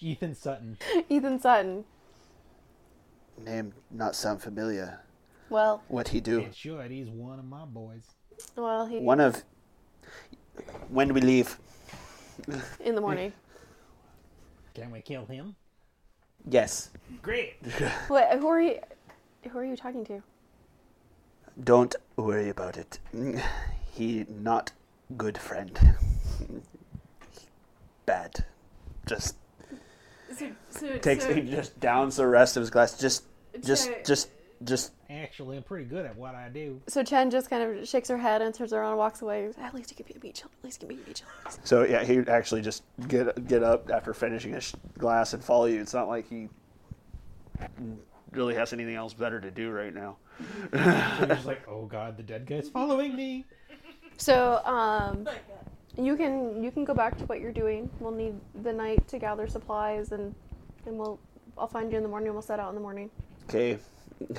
Ethan Sutton. [LAUGHS] Ethan Sutton. Name not sound familiar. Well, What he do? It should. He's one of my boys. well, he One of when we leave. in the morning. Can we kill him? Yes. Great. What? Who are you? Who are you talking to? Don't worry about it. [LAUGHS] He not good friend. [LAUGHS] Bad. Just So, so, takes so, he just downs the rest of his glass. Just just So- just just Actually, I'm pretty good at what I do. So Chen just kind of shakes her head, and turns around, and walks away. At least he could be a beach. At least he can be a beach. So yeah, he would actually just get get up after finishing his sh- glass and follow you. It's not like he really has anything else better to do [LAUGHS] right now. So you're just like, oh god, the dead guy's following me. So um, you can you can go back to what you're doing. We'll need the night to gather supplies, and and we'll I'll find you in the morning. and We'll set out in the morning. Okay. [SIGHS]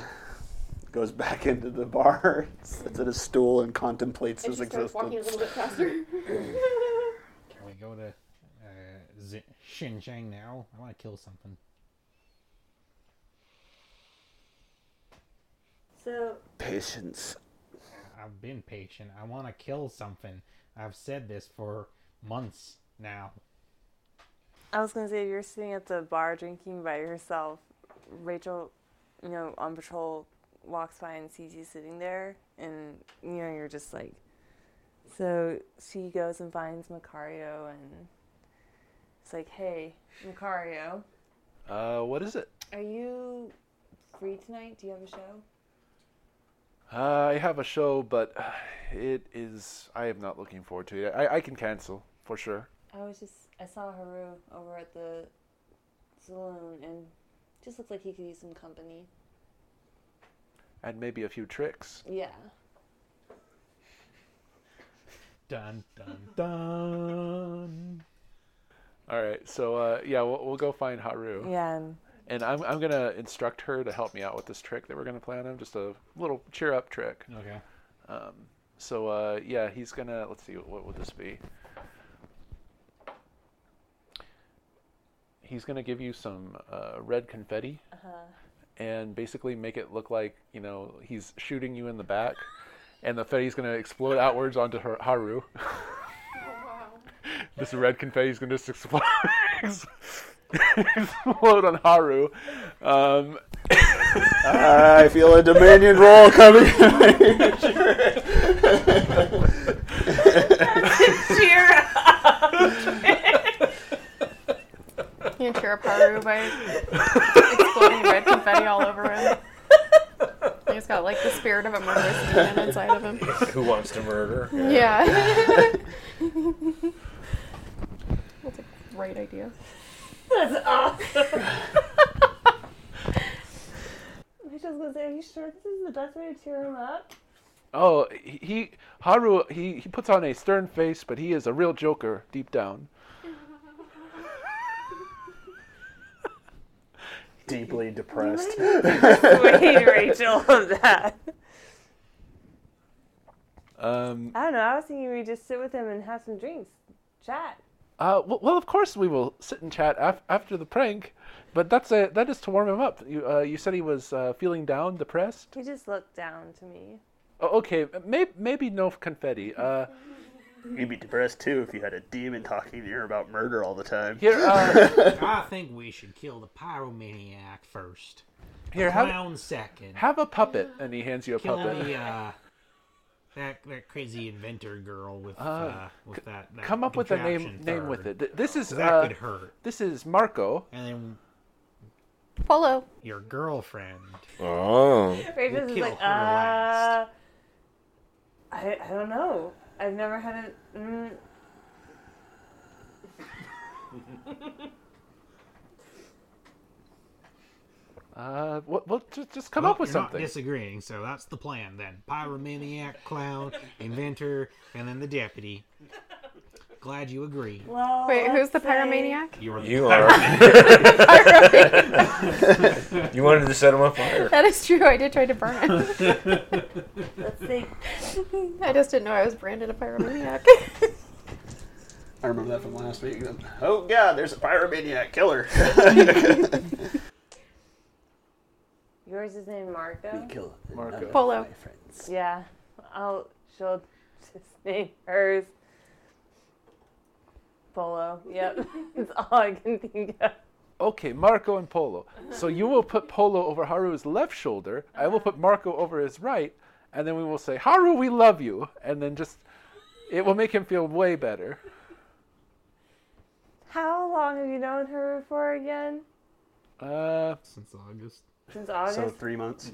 Goes back into the bar, [LAUGHS] sits at a stool, and contemplates And his she starts walking a existence. little bit faster. Can we go to uh, Z- Xinjiang now? I want to kill something. So Patience. I've been patient. I want to kill something. I've said this for months now. I was gonna say you're sitting at the bar drinking by yourself. Rachel, you know, on patrol walks by and sees you sitting there, and you know you're just like. So she goes and finds Macario, and it's like, "Hey, Macario, Uh, what is it? are you free tonight? Do you have a show?" Uh, I have a show, but uh, it is. I am not looking forward to it. I, I can cancel for sure. I was just I saw Haru over at the saloon, and just looked like he could use some company. And maybe a few tricks. Yeah. Dun dun dun. All right. So uh, yeah, we'll, we'll go find Haru, Yeah. And and I'm I'm gonna instruct her to help me out with this trick that we're gonna plan on. Just a little cheer up trick. Okay. Um, so uh, yeah, he's gonna. Let's see. What would this be? He's gonna give you some uh, red confetti, and basically make it look like you know he's shooting you in the back, and the confetti's gonna explode outwards onto her, Haru. This red confetti's gonna just [LAUGHS] explode, [LAUGHS] explode on Haru. Um, I feel a Dominion roll coming. You can tear up Haru by exploding red confetti all over him. He's got like the spirit of a murderous demon inside of him. Who wants to murder? Yeah. [LAUGHS] That's a great idea. That's [LAUGHS] awesome. I was gonna say, are you sure this is the best way to cheer him up? Oh, he, he Haru he, he puts on a stern face, but he is a real joker deep down. Deeply depressed. [LAUGHS] Wait, Rachel, that. Um, I don't know. I was thinking we just sit with him and have some drinks, chat. uh, well, well, of course we will sit and chat af- after the prank, but that's a, that is to warm him up. You uh, you said he was uh, feeling down, depressed. He just looked down to me. Oh, okay, may- maybe no confetti. Uh, You'd be depressed too if you had a demon talking to you about murder all the time. [LAUGHS] here, uh, I think we should kill the pyromaniac first. here, have, Clown second. have a puppet, and he hands you a kill puppet. the uh, that that crazy inventor girl with uh, with that, that Come up with a name contraption name with third. it. Th- This is That uh, could hurt. this is Marco. And then Polo. your girlfriend. Oh. Rachel's We'll just kill like, her uh, last. I, I don't know. I've never had a. Mm, Uh, well, well just, just come Well, up with you're something. Not disagreeing, so that's the plan then. Pyromaniac, [LAUGHS] clown, inventor, and then the deputy. Glad you agree. well, Wait, who's the let's say- pyromaniac? You're You are. [LAUGHS] you wanted to set him on fire. That is true. I did try to burn it. Let's say [LAUGHS] I just didn't know I was branded a [LAUGHS] pyromaniac. I remember that from last week. Oh god, there's a pyromaniac killer. yours is named Marco. Kill Marco. Polo. my friends. Yeah, I'll. She'll just name hers. Polo. [LAUGHS] Yep, that's all I can think of. Okay, Marco and Polo. So you will put Polo over Haru's left shoulder. I will put Marco over his right, and then we will say, "Haru, we love you," and then just it will make him feel way better. How long have you known her for again? Uh, Since August. Since August. So three months.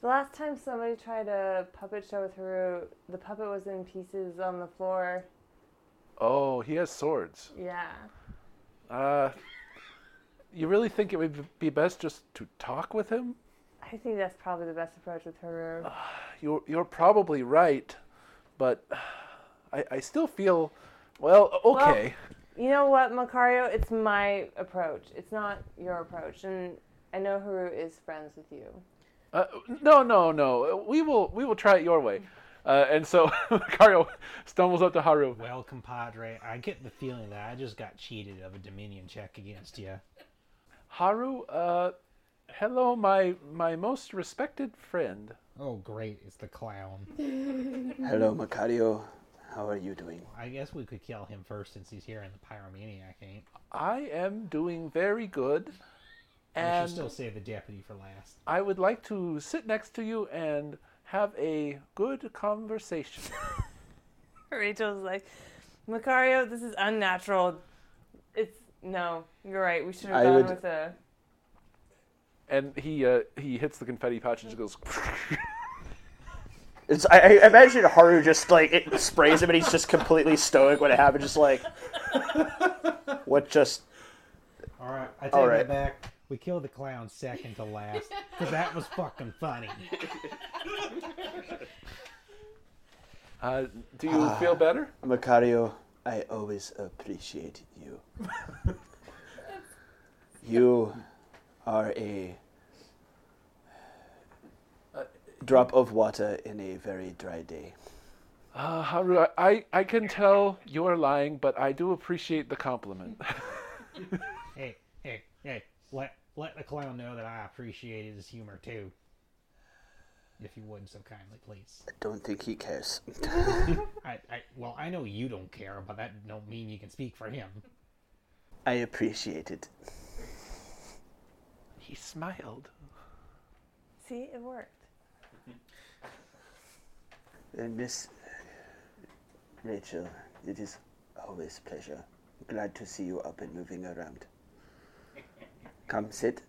the last time somebody tried a puppet show with Haru, the puppet was in pieces on the floor. oh, he has swords. Yeah. Uh, you really think it would be best just to talk with him? I think that's probably the best approach with her. You're, you're probably right, but I, I still feel, well, okay. You know what, Macario? It's my approach. It's not your approach. And I know Haru is friends with you. Uh, no, no, no. We will we will try it your way. Uh, and so [LAUGHS] Macario stumbles up to Haru. Well, compadre, I get the feeling that I just got cheated of a Dominion check against you. Haru, uh, hello, my my most respected friend. Oh, great, it's the clown. Hello, Macario. How are you doing? I guess we could kill him first since he's here in the Pyromaniac, ain't? I am doing very good, We and should still save the deputy for last. I would like to sit next to you and have a good conversation. [LAUGHS] Rachel's like, Macario, this is unnatural. It's no, you're right. We should have I gone would- with a. and he uh, he hits the confetti pouch and just goes. [LAUGHS] It's, I, I imagine Haru just like it sprays him and he's just completely stoic when it happens, just like what just All right, I take All it right. back. We kill the clown second to last because that was fucking funny. Uh, do you feel better? Macario, I always appreciate you. you are a drop of water in a very dry day. Uh, Haru, I- I, I can tell you are lying, but I do appreciate the compliment. Hey, hey, hey! Let let the clown know that I appreciated his humor too. If you would so kindly, please. I don't think he cares. I, I well, I know you don't care, but that don't mean you can speak for him. [LAUGHS] I appreciate it. he smiled. See, it worked. And Miss Rachel, it is always a pleasure. Glad to see you up and moving around. Come sit,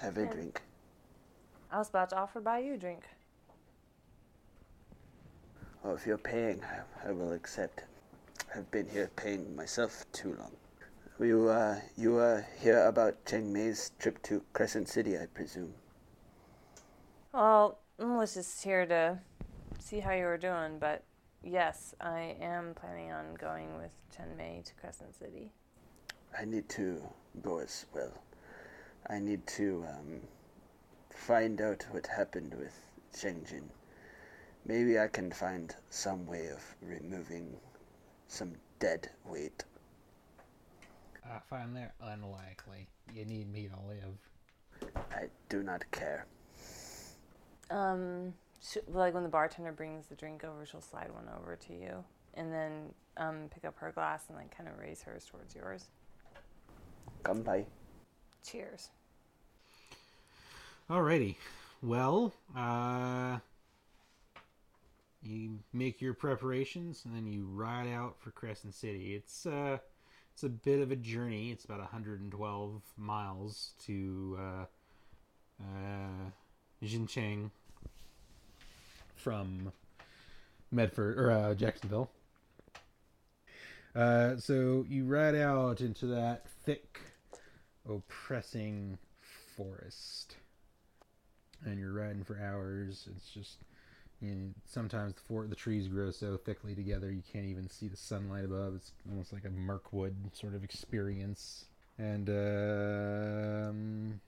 have a drink. I was about to offer buy you a drink. Oh, if you're paying, I, I will accept. I've been here paying myself too long. You, uh, you uh, hear about Cheng Mei's trip to Crescent City, I presume. Well, I was just here to see how you were doing, but yes, I am planning on going with Chen Mei to Crescent City. I need to go as well. I need to um, find out what happened with Shengjin. Maybe I can find some way of removing some dead weight. I find that unlikely. You need me to live. I do not care. Um, sh like when the bartender brings the drink over, she'll slide one over to you, and then um, pick up her glass and like kind of raise hers towards yours. Come by. Cheers. Alrighty. Well, uh, you make your preparations and then you ride out for Crescent City. It's uh, it's a bit of a journey. It's about 112 miles to uh, uh, Jincheng from Medford or uh, Jacksonville. Uh, so you ride out into that thick, oppressing forest and you're riding for hours. It's just you know, sometimes the for- the trees grow so thickly together you can't even see the sunlight above. It's almost like a Mirkwood sort of experience. And um,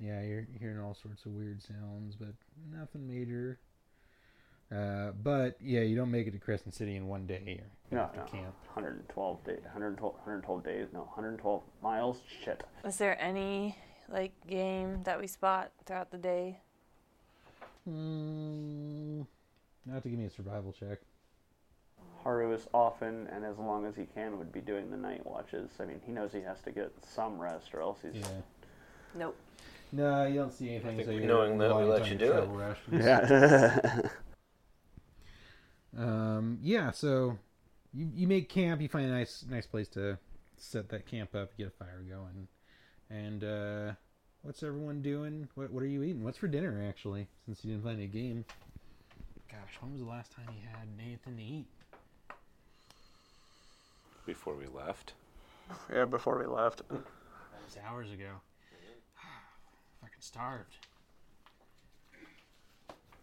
yeah, you're hearing all sorts of weird sounds, but nothing major. Uh, but yeah, you don't make it to Crescent City in one day. Here, no, after no. camp. 112 days, 112, 112 days, no, 112 miles. Shit. Was there any like game that we spot throughout the day? Mm, not to give me a survival check. Haru is often and as long as he can would be doing the night watches. I mean, he knows he has to get some rest or else he's Yeah. Nope. No, you don't see anything. think so you're knowing that we reliant let on you your do it. travel rations. [LAUGHS] Yeah. [LAUGHS] Um, yeah, so you, you make camp, you find a nice nice place to set that camp up, get a fire going. And uh, what's everyone doing? What what are you eating? What's for dinner actually? Since you didn't find a game. Gosh, when was the last time you had anything to eat? Before we left. yeah. Before we left, It's hours ago. [SIGHS] Fucking starved.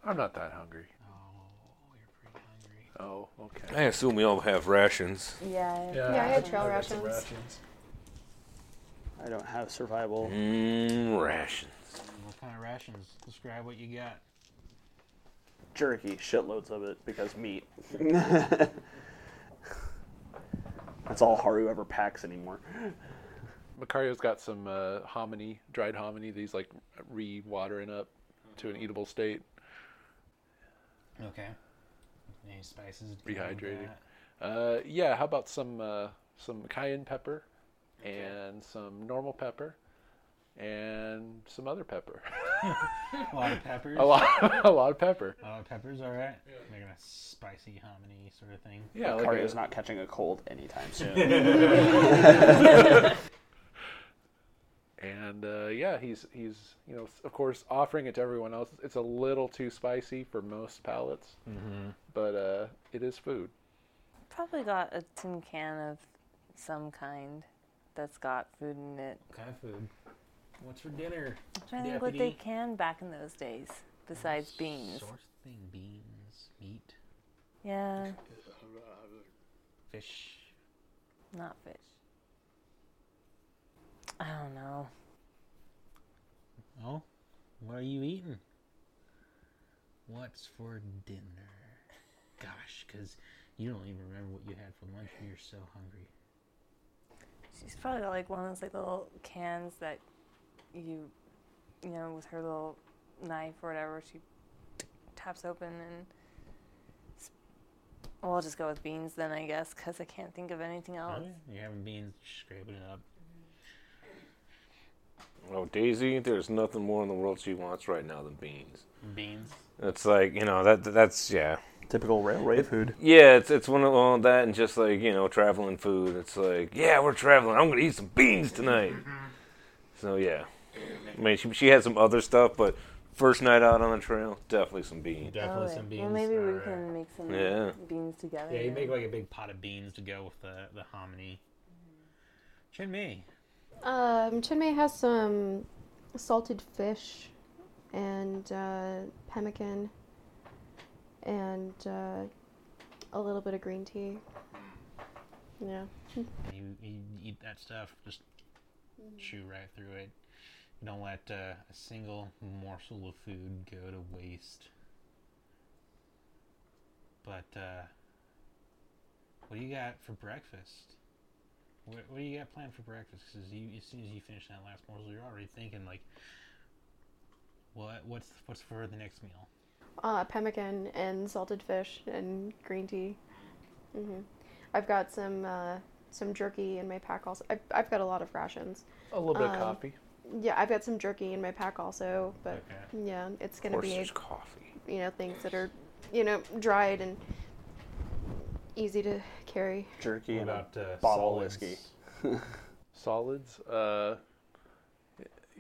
I'm not that hungry. Oh, you're pretty hungry. Oh, okay. I assume we all have rations. Yeah. Yeah, I had I trail got some rations. I don't have survival. Mmm, rations. What kind of rations? Describe what you got. Jerky, shitloads of it because meat. That's all Haru ever packs anymore. Macario's got some uh, hominy, dried hominy that he's like re-watering up to an eatable state. Okay. Any spices? to go with Rehydrating. that? Uh, yeah, how about some uh, some cayenne pepper and some normal pepper and some other pepper. [LAUGHS] A lot of peppers. a lot, a lot of pepper. A lot of peppers. All right. Making a spicy hominy sort of thing. Yeah, like Cario's a- not catching a cold [LAUGHS] anytime soon. and uh, yeah, he's he's you know of course offering it to everyone else. It's a little too spicy for most palates, but uh, it is food. Probably got a tin can of some kind that's got food in it. What kind of food? What's for dinner? I'm trying to think what they Deputy. can back in those days besides beans. Source thing. Beans, meat, Yeah, fish. not fish. I don't know. Oh, what are you eating? What's for dinner? Gosh, because you don't even remember what you had for lunch. and You're so hungry. She's probably got like one of those like little cans that you, you know, with her little knife or whatever, she taps open and. s- Well, I'll just go with beans then, I guess, because I can't think of anything else. Alright, You're having beans, scraping it up. Oh, Daisy, there's nothing more in the world she wants right now than beans. Beans. It's like you know that that's yeah. Typical railway food. Yeah, it's it's one of all that and just like you know traveling food. It's like yeah, we're traveling. I'm gonna eat some beans tonight. Mm-hmm. So yeah, I mean she she had some other stuff, but first night out on the trail, definitely some beans. Definitely Oh, some wait. beans. uh, Well, maybe we are- can make some Yeah. beans together. Yeah, you then. make like a big pot of beans to go with the the hominy. Chin Mei. Um, Chinmay has some salted fish and uh, pemmican and uh, a little bit of green tea. Yeah. You, you eat that stuff, just chew right through it. You don't let uh, a single morsel of food go to waste. But uh, what do you got for breakfast? What, what do you got planned for breakfast? Because you, as soon as you finish that last morsel, you're already thinking like, what what's what's for the next meal? Uh, pemmican and salted fish and green tea. hmm I've got some uh, some jerky in my pack also. I've, I've got a lot of rations. A little bit of Um, coffee. Yeah, I've got some jerky in my pack also, but Okay. yeah, it's Of gonna course, be there's coffee. you know things that are you know dried and easy to carry. Jerky What and about uh, bottle solids? of whiskey. Solids. Uh,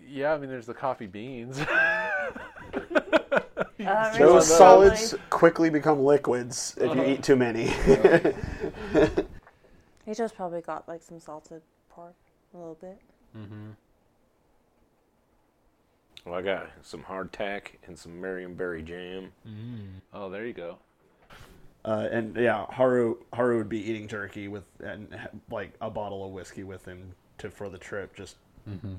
yeah, I mean there's the coffee beans. [LAUGHS] Uh, Rachel, Those Those solids probably- quickly become liquids if you eat too many. Rachel's probably got like some salted pork, a little bit. Well, I got some hardtack and some Merriam-Berry jam. oh, there you go. Uh, and yeah, Haru Haru would be eating jerky with and ha- like a bottle of whiskey with him to for the trip. Just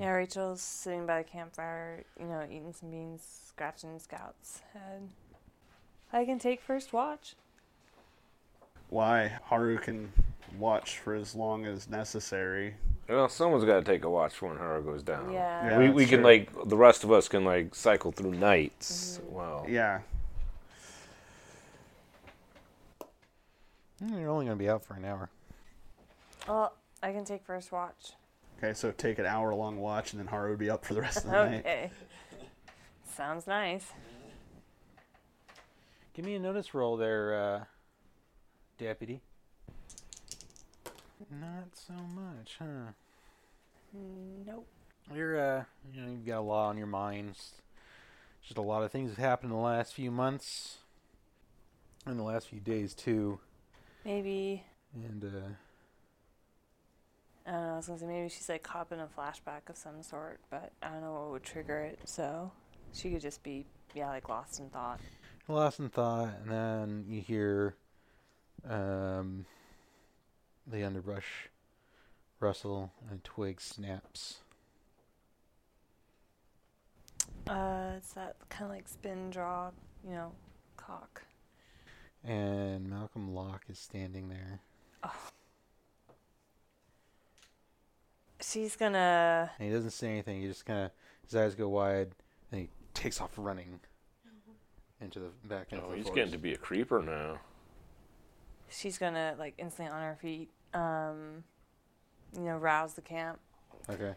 Yeah, Rachel's sitting by the campfire, you know, eating some beans, scratching Scout's head. I can take first watch. why Haru can watch for as long as necessary. Well, someone's got to take a watch for when Haru goes down. Yeah. Yeah. we we that's can true. like the rest of us can like cycle through nights. Mm-hmm. Wow. Yeah, Mm, You're only gonna be out for an hour. Well, I can take first watch. Okay, so take an hour long watch, and then Haru would be up for the rest of the night. [LAUGHS] Okay. Sounds nice. Give me a notice roll there, uh, deputy. Not so much, huh? Nope. You're, uh, you know, you've got a lot on your minds. Just a lot of things that happened in the last few months, and the last few days too. Maybe And uh, uh, I don't know. I was gonna say maybe she's like caught up in a flashback of some sort, but I don't know what would trigger it. So she could just be, yeah, like lost in thought. Lost in thought, and then you hear um, the underbrush rustle and a twig snaps. Uh, it's that kind of like spin draw, you know, cock. And Malcolm Locke is standing there. She's gonna. And he doesn't say anything. He just kind of, his eyes go wide, and he takes off running Mm-hmm. into the back end of Oh, the he's forest. getting to be a creeper now. She's gonna like instantly on her feet. Um, you know, rouse the camp. Okay.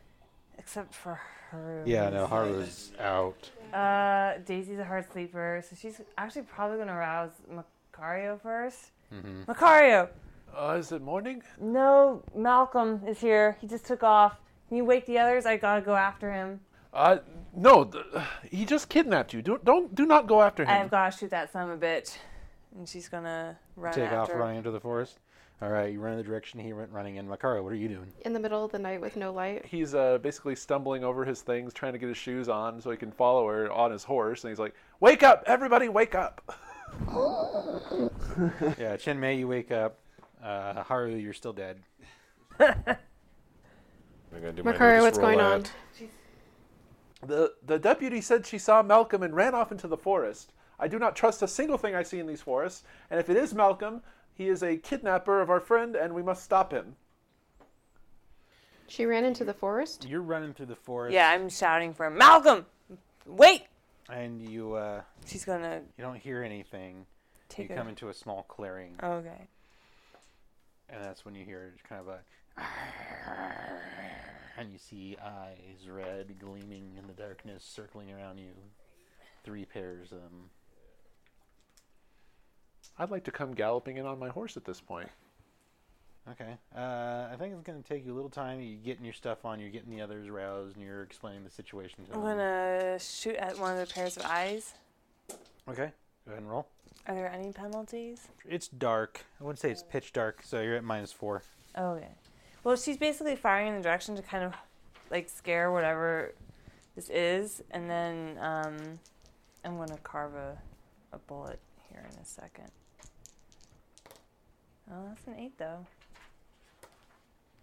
Except for her. Yeah, no, Haru's out. Uh, Daisy's a hard sleeper, so she's actually probably gonna rouse Macario first. Mm-hmm. Macario, Uh, is it morning? no, Malcolm is here. He just took off. Can you wake the others? I gotta go after him. Uh, no, th- he just kidnapped you. Don't, don't, do not go after [LAUGHS] him. I've gotta shoot that son of a bitch. And she's gonna run Take off after. running into the forest. All right, you run in the direction he went running in. Makaro, what are you doing? In the middle of the night with no light. He's uh, basically stumbling over his things, trying to get his shoes on so he can follow her on his horse. And he's like, "Wake up, everybody, wake up!" yeah, Chinmay, you wake up. Uh, Haru, you're still dead. I gotta do my Makari, notice what's going on? roulette. The the deputy said she saw Malcolm and ran off into the forest. I do not trust a single thing I see in these forests. And if it is Malcolm, he is a kidnapper of our friend, and we must stop him. She ran into the forest. You're running through the forest. Yeah, I'm shouting for him. Malcolm, wait! And you uh, She's gonna you don't hear anything. take you it. come into a small clearing, Okay. and that's when you hear kind of a. And you see eyes red gleaming in the darkness, circling around you. Three pairs of them. I'd like to come galloping in on my horse at this point. Okay. Uh, I think it's going to take you a little time. You're getting your stuff on, you're getting the others roused, and you're explaining the situation to them. I'm gonna shoot at one of the pairs of eyes. Okay. Go ahead and roll. Are there any penalties? It's dark. I wouldn't say it's pitch dark, so you're at minus four. Okay. Well, she's basically firing in the direction to kind of like scare whatever this is, and then um, I'm gonna carve a, a bullet here in a second. Oh, that's an eight though.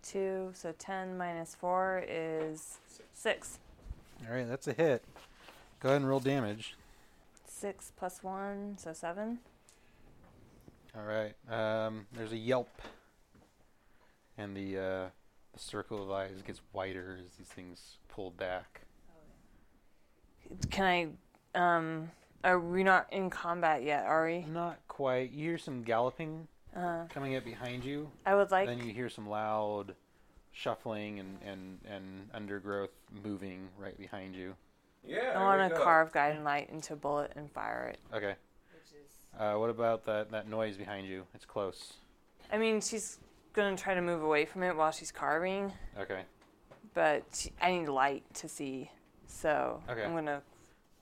Two, so ten minus four is six. All right, that's a hit. Go ahead and roll damage. Six plus one, so seven. All right. Um, there's a yelp, and the uh, the circle of eyes gets wider as these things pull back. Can I? Um, are we not in combat yet? Are we? Not quite. You hear some galloping Uh, coming up behind you. I would like. Then you hear some loud shuffling and, and, and undergrowth moving right behind you. Yeah. I want to carve guiding light into a bullet and fire it. Okay. Uh, what about that, that noise behind you? It's close. I mean, she's gonna try to move away from it while she's carving, Okay. but she, I need light to see, so Okay. I'm gonna.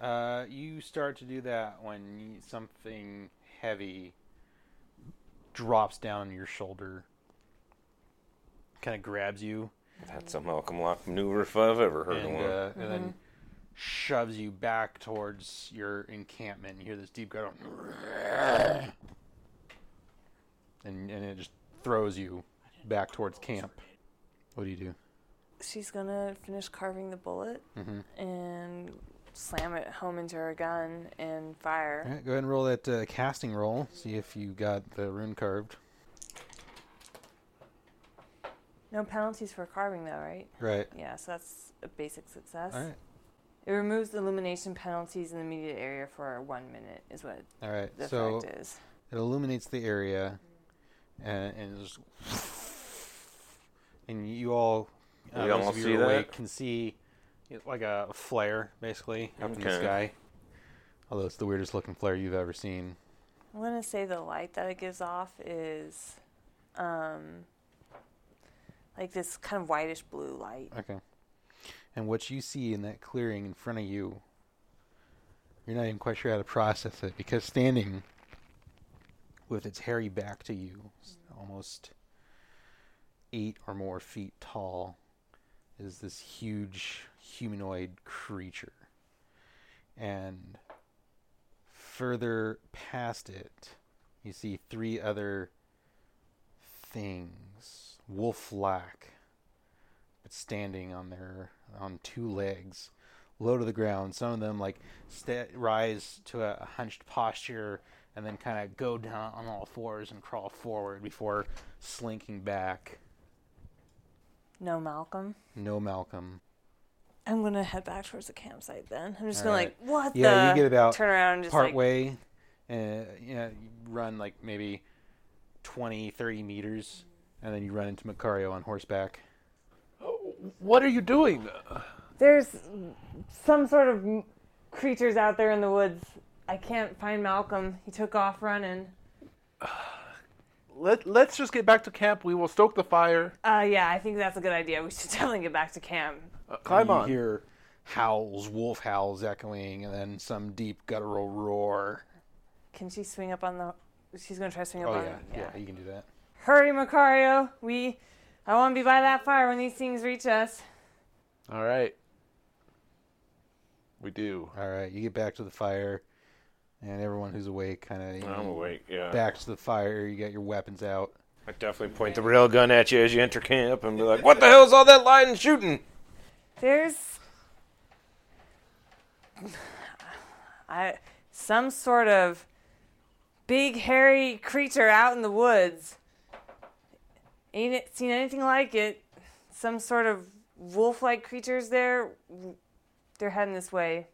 Uh, you start to do that when you, something heavy drops down your shoulder, kind of grabs you, That's a Malcolm Locke maneuver if I've ever heard and, one. uh, and then shoves you back towards your encampment. You hear this deep growl, and and it just throws you back towards camp. What do you do? She's gonna finish carving the bullet Mm-hmm. and slam it home into her gun and All fire. right, go ahead and roll that uh, casting roll. See if you got the rune carved. No penalties for carving though, right? Right. Yeah, so that's a basic success. All right. It removes the illumination penalties in the immediate area for one minute, is what All right. the so effect is. It illuminates the area, and, and it's just, and you all, uh, We those all of you see that? awake, can see it like a flare basically up in the Okay. sky. Although it's the weirdest looking flare you've ever seen. I'm gonna say the light that it gives off is, um, like this kind of whitish blue light. Okay. And what you see in that clearing in front of you, you're not even quite sure how to process it because standing with its hairy back to you, s- almost eight or more feet tall, is this huge humanoid creature. And further past it, you see three other things, wolf like, but standing on their on two legs, low to the ground. Some of them like sta rise to a hunched posture and then kind of go down on all fours and crawl forward before slinking back. No, Malcolm. No Malcolm. I'm gonna head back towards the campsite then. I'm just All gonna right. like what yeah, the you get about turn around and just like partway, uh, you know, you run like maybe 20, 30 meters, and then you run into Macario on horseback. What are you doing? there's some sort of m- creatures out there in the woods. I can't find Malcolm. He took off running. Let Let's just get back to camp. We will stoke the fire. Uh, yeah, I think that's a good idea. We should [LAUGHS] definitely get back to camp. Uh, climb you on. hear howls, wolf howls echoing, and then some deep guttural roar. Can she swing up on the? She's gonna try to swing up Oh on. yeah, yeah, you can do that. Hurry, Macario. We. I want to be by that fire when these things reach us. All right. We do. All right, you get back to the fire, and everyone who's awake kind of I'm awake. Yeah, back to the fire. You got your weapons out. I definitely point the railgun at you as you enter camp and be like, "What the hell's all that lying and shooting?" There's. I some sort of big hairy creature out in the woods. Ain't it seen anything like it? Some sort of wolf-like creatures there. They're heading this way.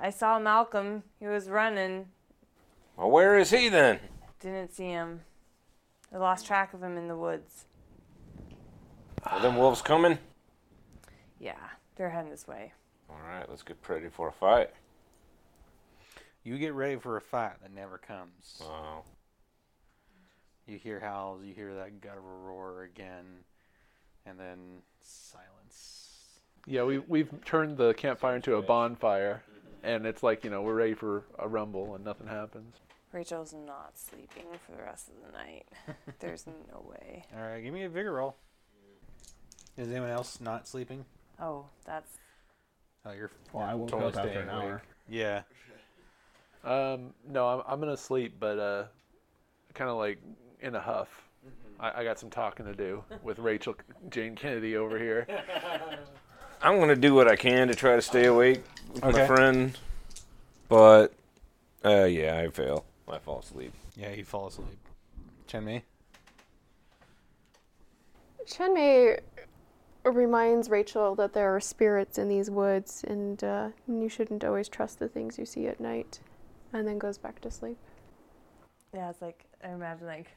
I saw Malcolm. He was running. Well, where is he then? Didn't see him. I lost track of him in the woods. Are them wolves coming? Yeah, they're heading this way. All right, let's get ready for a fight. You get ready for a fight that never comes. Wow. You hear howls, you hear that guttural roar again, and then silence. Yeah, we we've turned the campfire into a bonfire, and it's like you know we're ready for a rumble, and nothing happens. Rachel's not sleeping for the rest of the night. There's no way. All right, give me a vigor roll. Is anyone else not sleeping? Oh, that's Oh, you're. Well, I woke Totally up after staying an hour. awake. Yeah. Um, no, I'm I'm gonna sleep, but uh, kind of like in a huff. I, I got some talking to do with Rachel Jane Kennedy over here. I'm gonna do what I can to try to stay awake with Okay. my friend, but uh, yeah, I fail. I fall asleep. Yeah, you fall asleep. Chenmei. Chenmei reminds Rachel that there are spirits in these woods and uh, you shouldn't always trust the things you see at night, and then goes back to sleep. yeah. It's like I imagine like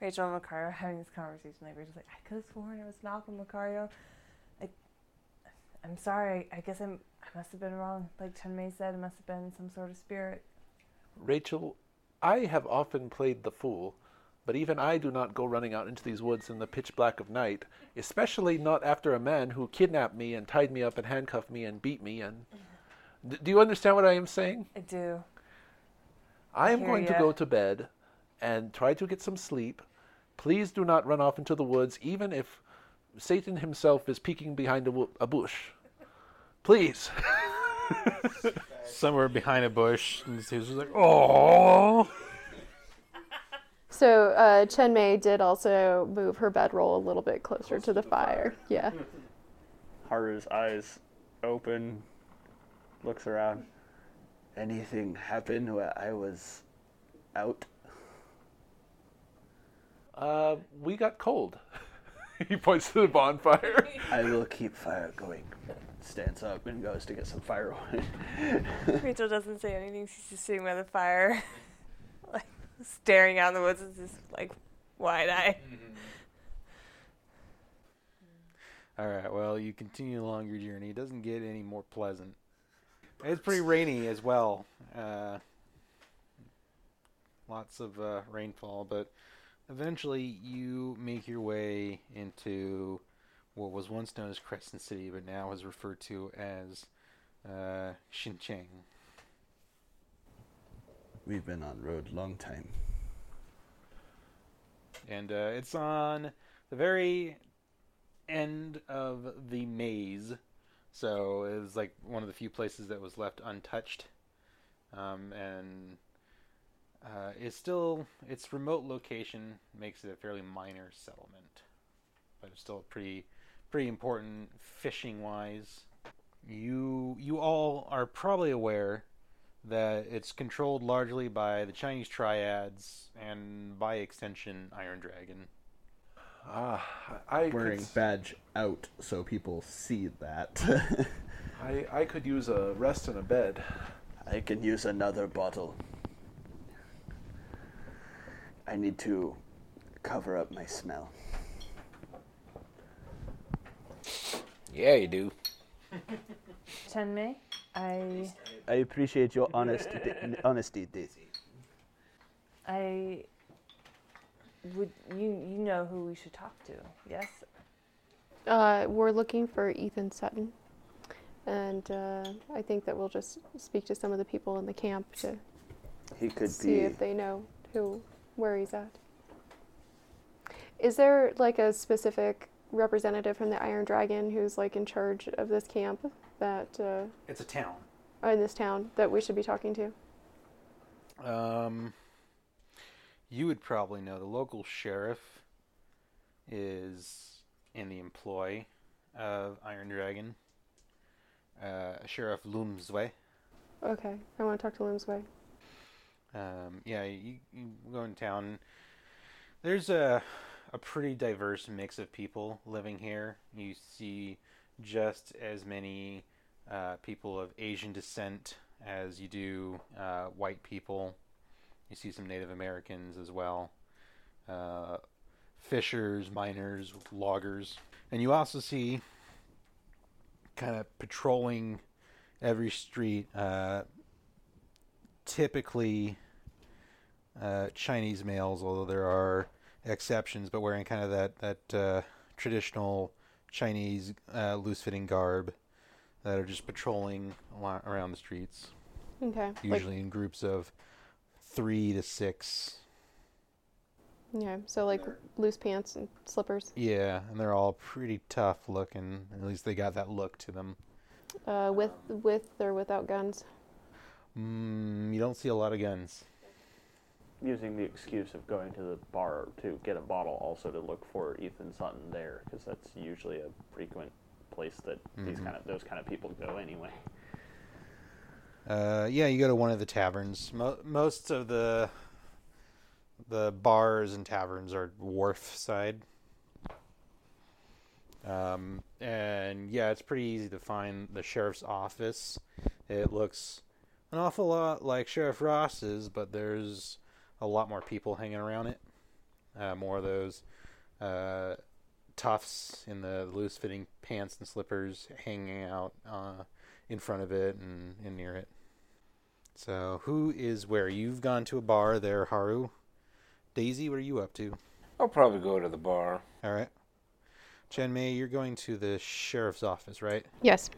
Rachel and Macario having this conversation. Like Rachel's like, I could have sworn it was Malcolm Macario. Like, I'm sorry. I guess I'm. I must have been wrong. Like Chenmei said, it must have been some sort of spirit. Rachel, I have often played the fool, but even I do not go running out into these woods in the pitch black of night, especially not after a man who kidnapped me and tied me up and handcuffed me and beat me and. D- do you understand what I am saying? I do. I am hear going to ya. go to bed and try to get some sleep. Please do not run off into the woods, even if Satan himself is peeking behind a, wo- a bush. Please. Somewhere behind a bush, and he was like, "Oh." So uh, Chenmei did also move her bedroll a little bit closer to the, fire. Yeah. Haru's eyes open, looks around. Anything happen where I was out? Uh, we got cold. [LAUGHS] he points to the bonfire. I will keep fire going. Stands up and goes to get some firewood. Rachel doesn't say anything. She's just sitting by the fire, [LAUGHS] like staring out in the woods. It's just like wide eye. All right. Well, you continue along your journey. It doesn't get any more pleasant. It's pretty rainy as well. Uh, lots of uh, rainfall, but eventually you make your way into what was once known as Crescent City, but now is referred to as uh, Xincheng. We've been on road long time. and uh, it's on the very end of the maze. So it was like one of the few places that was left untouched, um, and uh, it's still its remote location makes it a fairly minor settlement, but it's still pretty pretty important fishing wise. You you all are probably aware that it's controlled largely by the Chinese triads and by extension Iron Dragon. Ah, I could, Wearing s- badge out so people see that. [LAUGHS] I, I could use a rest in a bed. I can use another bottle. I need to cover up my smell. Yeah, you do. Chenmei, I I appreciate your honesty, Da- honesty, Daisy. I would you you know who we should talk to? Yes. Uh, we're looking for Ethan Sutton. And uh, I think that we'll just speak to some of the people in the camp to He could see be. if they know who, where he's at. Is there like a specific representative from the Iron Dragon who's like in charge of this camp that uh, It's a town. uh, in this town that we should be talking to? Um, you would probably know the local sheriff is in the employ of Iron Dragon. Uh, Sheriff Lumzwe. Okay, I want to talk to Limsway. Um, yeah, you, you go in town. There's a a pretty diverse mix of people living here. You see just as many uh, people of Asian descent as you do uh, white people. You see some Native Americans as well, uh, fishers, miners, loggers, and you also see kind of patrolling every street. Uh, typically uh, Chinese males, although there are exceptions, but wearing kind of that that uh, traditional Chinese uh, loose-fitting garb that are just patrolling alo- around the streets, Okay. like- usually in groups of three to six. Yeah, so like loose pants and slippers, Yeah, and they're all pretty tough looking. At least they got that look to them. uh, with with or without guns. Mm, you don't see a lot of guns. Using the excuse of going to the bar to get a bottle, also to look for Ethan Sutton there, because that's usually a frequent place that these Mm-hmm. kind of those kind of people go anyway. Uh, yeah, you go to one of the taverns. Mo- most of the the bars and taverns are wharf side. Um, and yeah, it's pretty easy to find the sheriff's office. It looks an awful lot like Sheriff Ross's, but there's a lot more people hanging around it. Uh, more of those uh, tufts in the loose fitting pants and slippers hanging out uh, in front of it and, and near it. So, who is where? You've gone to a bar there, Haru. Daisy, what are you up to? I'll probably go to the bar. All right. Chen Mei, you're going to the sheriff's office, right? Yes.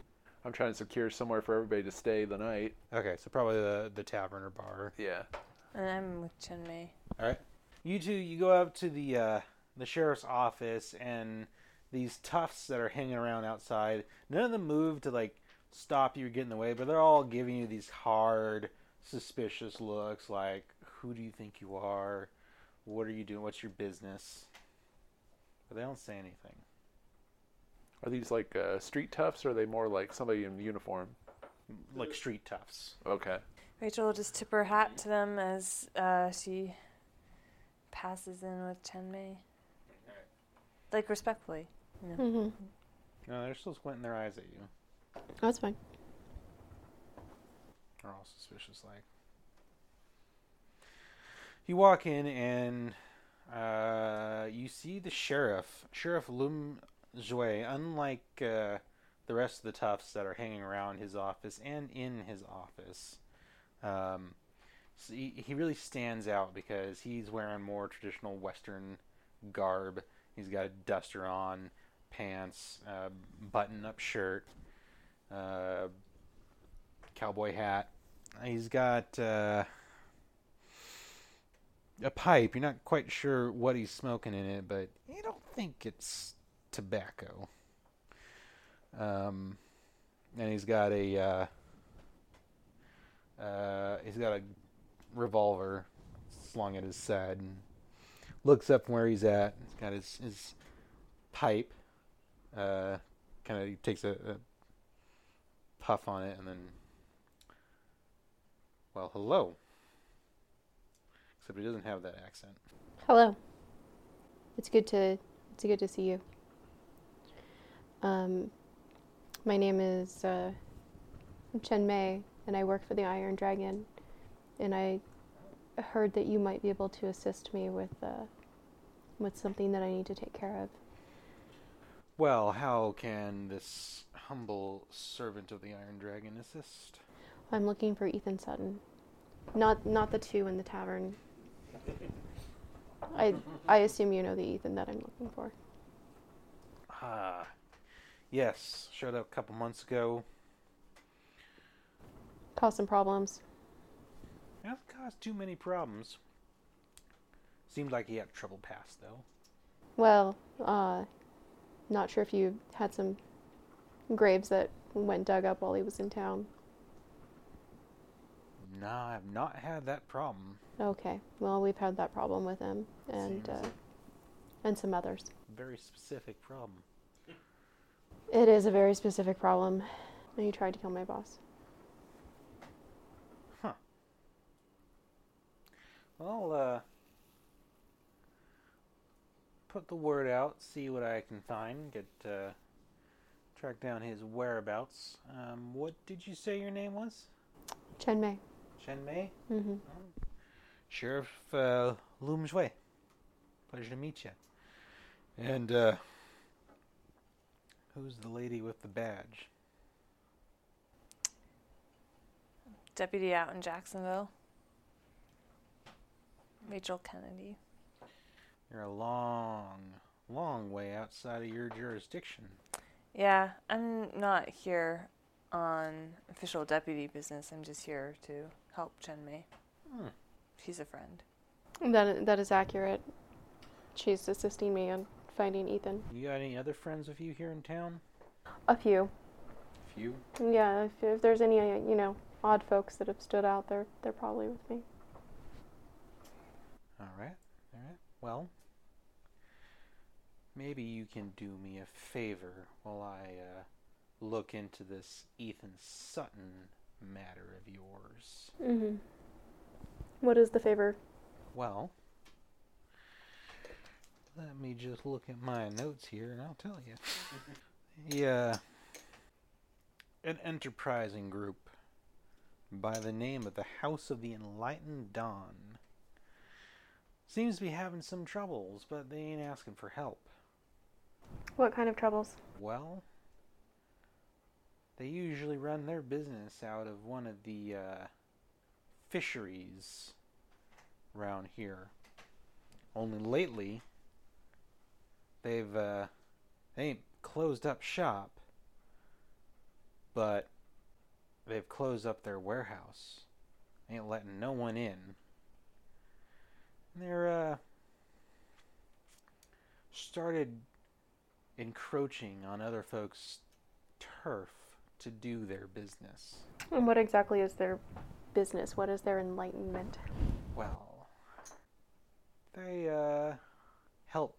I'm trying to secure somewhere for everybody to stay the night. Okay, so probably the, the tavern or bar. Yeah. And I'm with Chenmei. All right. You two, you go up to the uh, the sheriff's office, and these toughs that are hanging around outside. None of them move to like stop you or get in the way, but they're all giving you these hard, suspicious looks. Like, who do you think you are? What are you doing? What's your business? But they don't say anything. Are these like uh, street toughs or are they more like somebody in uniform? Like street toughs. Okay. Rachel will just tip her hat to them as uh, she passes in with Chenmei. Like respectfully. Mm-hmm. No, they're still squinting their eyes at you. That's fine. are all suspicious like. You walk in and uh, you see the sheriff, Sheriff Lum Zhui. Unlike uh, the rest of the toughs that are hanging around his office and in his office, um, so he, he really stands out because he's wearing more traditional Western garb. He's got a duster on, pants, uh, button-up shirt, uh, cowboy hat. He's got uh, a pipe. You're not quite sure what he's smoking in it, but you don't think it's tobacco. Um, and he's got a uh, uh, he's got a revolver slung at his side and looks up from where he's at. He's got his his pipe. Uh, kind of takes a, a puff on it and then. Well, hello. Except he doesn't have that accent. Hello. It's good to it's good to see you. Um, my name is uh, I'm Chen Mei, and I work for the Iron Dragon. And I heard that you might be able to assist me with uh, with something that I need to take care of. Well, how can this humble servant of the Iron Dragon assist? I'm looking for Ethan Sutton. Not not the two in the tavern. I I assume you know the Ethan that I'm looking for. Ah, yes, showed up a couple months ago. Caused some problems. That caused too many problems. Seemed like he had trouble past though. Well, uh, not sure if you had some graves that went dug up while he was in town. Nah, I've not had that problem. Okay. Well, we've had that problem with him and Seems- uh, and some others. Very specific problem. It is a very specific problem. And you tried to kill my boss. Well, uh, put the word out, see what I can find, get uh, track down his whereabouts. Um, what did you say your name was? Chen Mei. Shen Mei? hmm Sheriff uh, Lum Shui. Pleasure to meet you. And uh, who's the lady with the badge? Deputy out in Jacksonville. Rachel Kennedy. You're a long, long way outside of your jurisdiction. Yeah, I'm not here on official deputy business. I'm just here to help Chen Mei. Hmm. She's a friend. That that is accurate. She's assisting me on finding Ethan. You got any other friends with you here in town? A few. A few. Yeah. If, if there's any, uh, you know, odd folks that have stood out, they're they're probably with me. All right, all right. Well, maybe you can do me a favor while I uh, look into this Ethan Sutton matter of yours. Mm-hmm. What is the favor? Well, let me just look at my notes here and I'll tell you. yeah. An enterprising group by the name of the House of the Enlightened Dawn seems to be having some troubles, but they ain't asking for help. What kind of troubles? Well, they usually run their business out of one of the uh, fisheries around here. Only lately, they've uh, they ain't closed up shop, but they've closed up their warehouse. Ain't letting no one in. And They're uh, started encroaching on other folks' turf to do their business. And what exactly is their business? What is their enlightenment? Well, they uh, help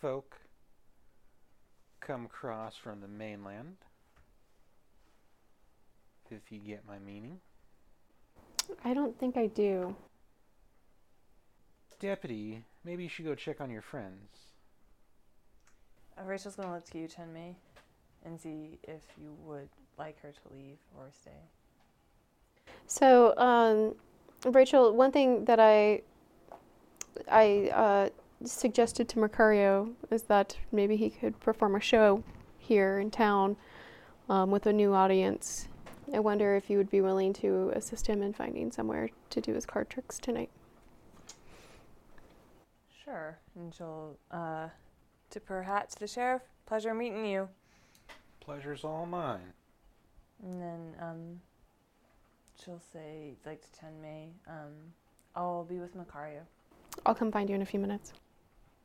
folk come across from the mainland, if you get my meaning. I don't think I do. Deputy, maybe you should go check on your friends. Uh, Rachel's gonna look to you, Chen Mei, and see if you would like her to leave or stay. So, um, Rachel, one thing that I I uh, suggested to Mercurio is that maybe he could perform a show here in town um, with a new audience. I wonder if you would be willing to assist him in finding somewhere to do his card tricks tonight. Sure. And she'll uh, tip her hat to the sheriff. Pleasure meeting you. Pleasure's all mine. And then um, she'll say, like to Chen Mei, um, I'll be with Macario. I'll come find you in a few minutes.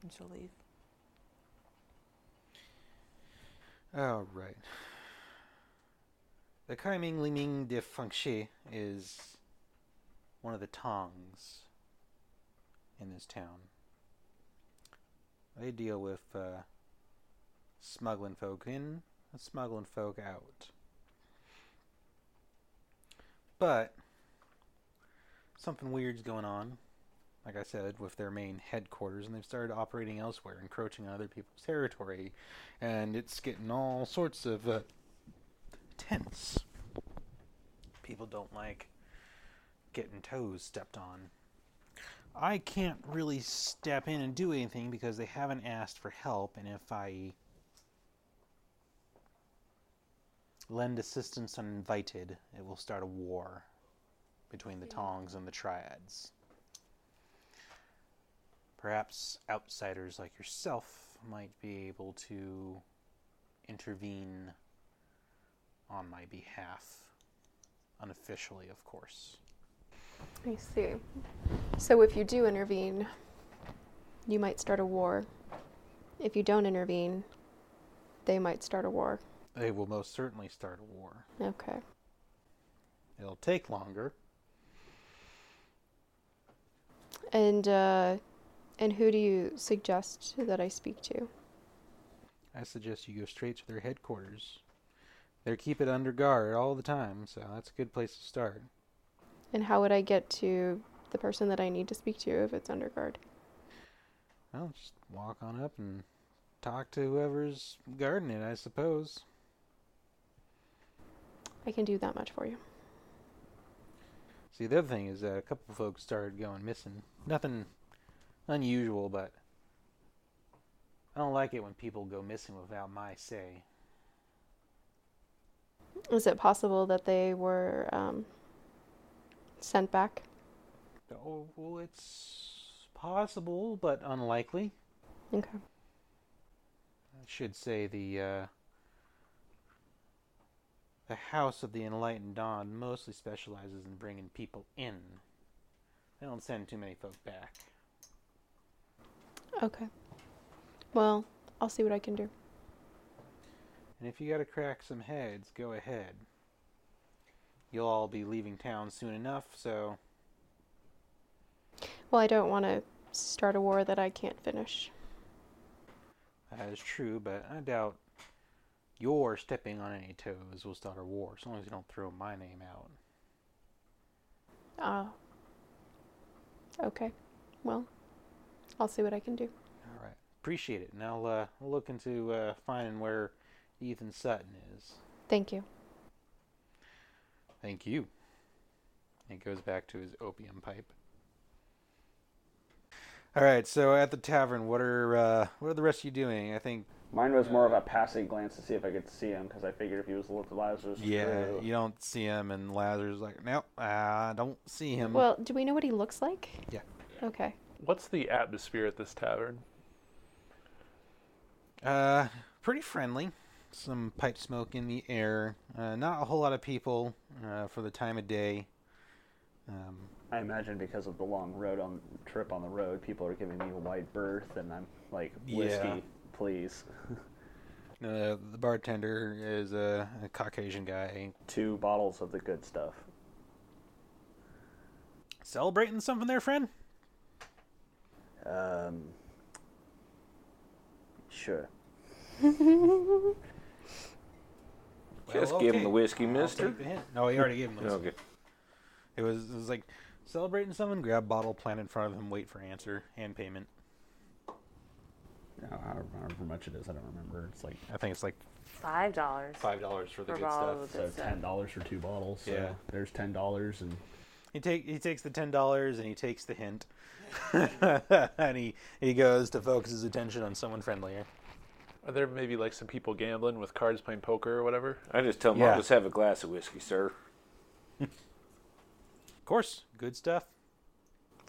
And she'll leave. All right. The Kai Ming Li Ming de Fengxi is one of the tongs in this town. They deal with uh, smuggling folk in and smuggling folk out. But something weird's going on, like I said, with their main headquarters, and they've started operating elsewhere, encroaching on other people's territory, and it's getting all sorts of uh, tense. People don't like getting toes stepped on. I can't really step in and do anything because they haven't asked for help, and if I lend assistance uninvited, it will start a war between the Tongs and the Triads. Perhaps outsiders like yourself might be able to intervene on my behalf, unofficially, of course. I see. So if you do intervene, you might start a war. If you don't intervene, they might start a war. They will most certainly start a war. Okay. It'll take longer. And uh, and who do you suggest that I speak to? I suggest you go straight to their headquarters. They keep it under guard all the time, so that's a good place to start. And how would I get to the person that I need to speak to if it's under guard? Well, just walk on up and talk to whoever's guarding it, I suppose. I can do that much for you. See, the other thing is that a couple folks started going missing. Nothing unusual, but I don't like it when people go missing without my say. Is it possible that they were um, sent back? Oh, well, it's possible, but unlikely. Okay. I should say the uh, the House of the Enlightened Dawn mostly specializes in bringing people in. They don't send too many folk back. Okay. Well, I'll see what I can do. And if you gotta crack some heads, go ahead. You'll all be leaving town soon enough, so Well, I don't want to start a war that I can't finish. that is true, but I doubt your stepping on any toes will start a war, as long as you don't throw my name out. Ah. okay. Well, I'll see what I can do. All right. Appreciate it. And I'll, uh, I'll look into uh, finding where Ethan Sutton is. Thank you. Thank you. It goes back to his opium pipe. All right. So at the tavern, what are uh, what are the rest of you doing? I think. Mine was more of a passing glance to see if I could see him because I figured if he was with Lazarus, Yeah, through- you don't see him, and Lazarus is like, nope, I don't see him. Well, do we know what he looks like? Yeah. Okay. What's the atmosphere at this tavern? Uh, pretty friendly. Some pipe smoke in the air. Uh, not a whole lot of people uh, for the time of day. Um, I imagine because of the long road on trip on the road, people are giving me a wide berth, and I'm like whiskey, Yeah. please. [LAUGHS] uh, the bartender is a, a Caucasian guy Two bottles of the good stuff. celebrating something there, friend. Um, sure. Just give him the whiskey, I'll mister. take the hint. No, he already gave him the whiskey. Okay. It was it was like celebrating someone, grab bottle, plant in front of him, wait for answer and payment. How- However however much it is, I don't remember. It's like I think it's like Five dollars. five dollars for the For good all stuff. of the so good stuff. ten dollars for two bottles. So Yeah. there's ten dollars and He take he takes the ten dollars and he takes the hint, [LAUGHS] and he he goes to focus his attention on someone friendlier. Are there maybe like some people gambling with cards, playing poker or whatever? I just tell him Yeah. I'll just have a glass of whiskey, sir. Of course, good stuff.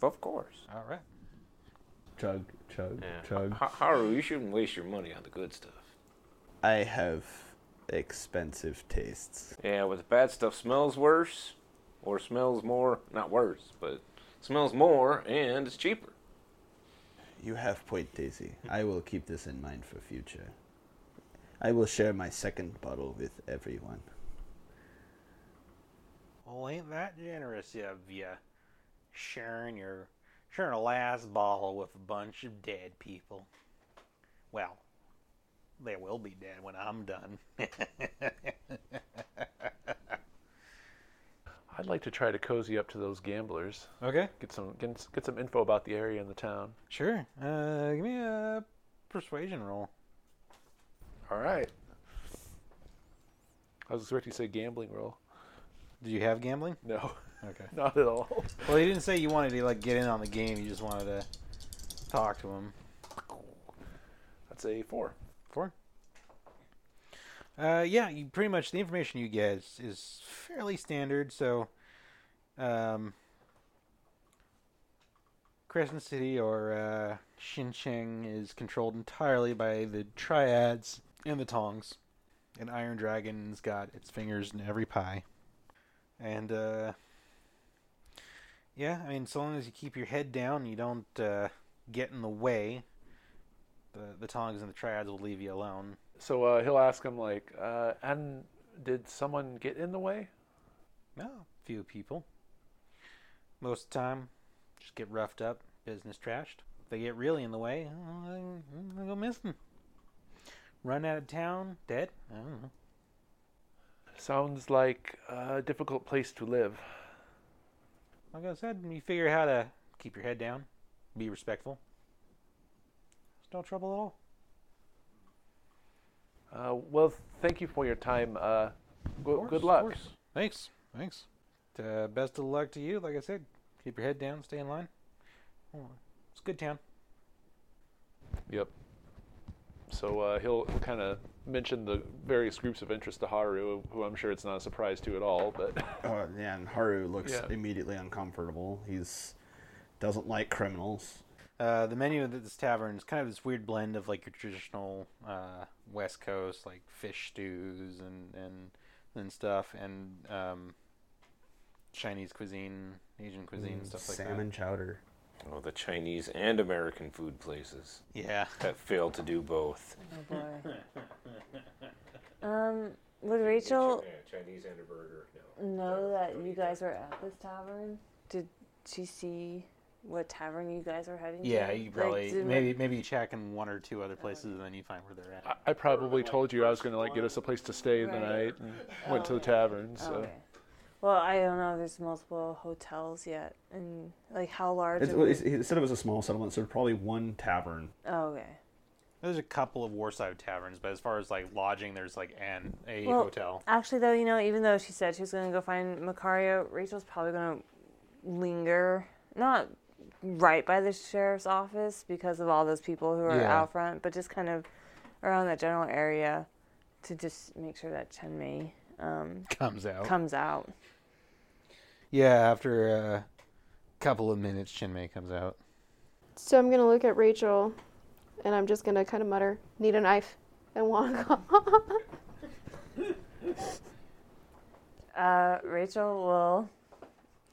Of course. All right. chug, chug, Yeah. chug. Ha- Haru, you shouldn't waste your money on the good stuff. I have expensive tastes. Yeah, but the bad stuff smells worse, or smells more. Not worse, but smells more, and it's cheaper. You have point, Daisy. I will keep this in mind for future. I will share my second bottle with everyone. Well, ain't that generous of you, sharing your sharing a last bottle with a bunch of dead people. Well, they will be dead when I'm done. [LAUGHS] I'd like to try to cozy up to those gamblers. okay. Get some get, get some info about the area and the town. Sure. Uh, give me a persuasion roll. All right. I was expecting to say gambling roll. Do you have gambling? No, Okay. [LAUGHS] not at all. Well, you didn't say you wanted to like get in on the game. You just wanted to talk to him. That's a four. Four. Uh, yeah, you pretty much the information you get is, is fairly standard. So, um, Crescent City or uh, Xincheng is controlled entirely by the triads and the Tongs. An Iron Dragon's got its fingers in every pie. And uh, yeah, I mean, so long as you keep your head down, you don't uh, get in the way. The the Tongs and the triads will leave you alone. So uh, he'll ask him like, uh, "And did someone get in the way?" No, few people. Most of the time, just get roughed up, business trashed. If they get really in the way, uh, they- they go missing. Run out of town, dead. I don't know. Sounds like a difficult place to live. Like I said, you figure how to keep your head down, be respectful. It's no trouble at all. Uh, well, thank you for your time. Uh, go- Of course, good of luck. course. Thanks. Thanks. Uh, best of luck to you. Like I said, keep your head down, stay in line. Oh, It's a good town. Yep. So uh, he'll kind of mention the various groups of interest to Haru, who I'm sure it's not a surprise to at all. But [LAUGHS] Oh, yeah, and Haru looks Yeah. immediately uncomfortable. He's doesn't like criminals. Uh, the menu at this tavern is kind of this weird blend of like your traditional uh, West Coast like fish stews and and and stuff and um, Chinese cuisine, Asian cuisine, stuff like Salmon chowder. Oh, the Chinese and American food places that. Yeah. that fail to do both. Oh [LAUGHS] boy. um, would Rachel Chinese and a burger. No. know that you guys were at this tavern? Did she see what tavern you guys were heading Yeah, to? you Like, probably did- maybe maybe you check in one or two other places and then you find where they're I, at. I probably told you I was going to like get us a place to stay the Right. night, [LAUGHS] and went to the Okay. tavern. Oh, So okay. Well, I don't know. if There's multiple hotels yet, and like how large? It's, it would- it's, he said it was a small settlement, so probably one tavern. oh, okay. There's a couple of warside taverns, but as far as like lodging, there's like an a Well, hotel. Actually, though, you know, even though she said she was going to go find Macario, Rachel's probably going to linger, not right by the sheriff's office because of all those people who are Yeah. out front, but just kind of around that general area to just make sure that Chen Mei um, [LAUGHS] Comes out. comes out. yeah, after a couple of minutes, Chinmay comes out. So I'm gonna look at Rachel, and I'm just gonna kind of mutter, "Need a knife," and walk [LAUGHS] off. Uh, Rachel will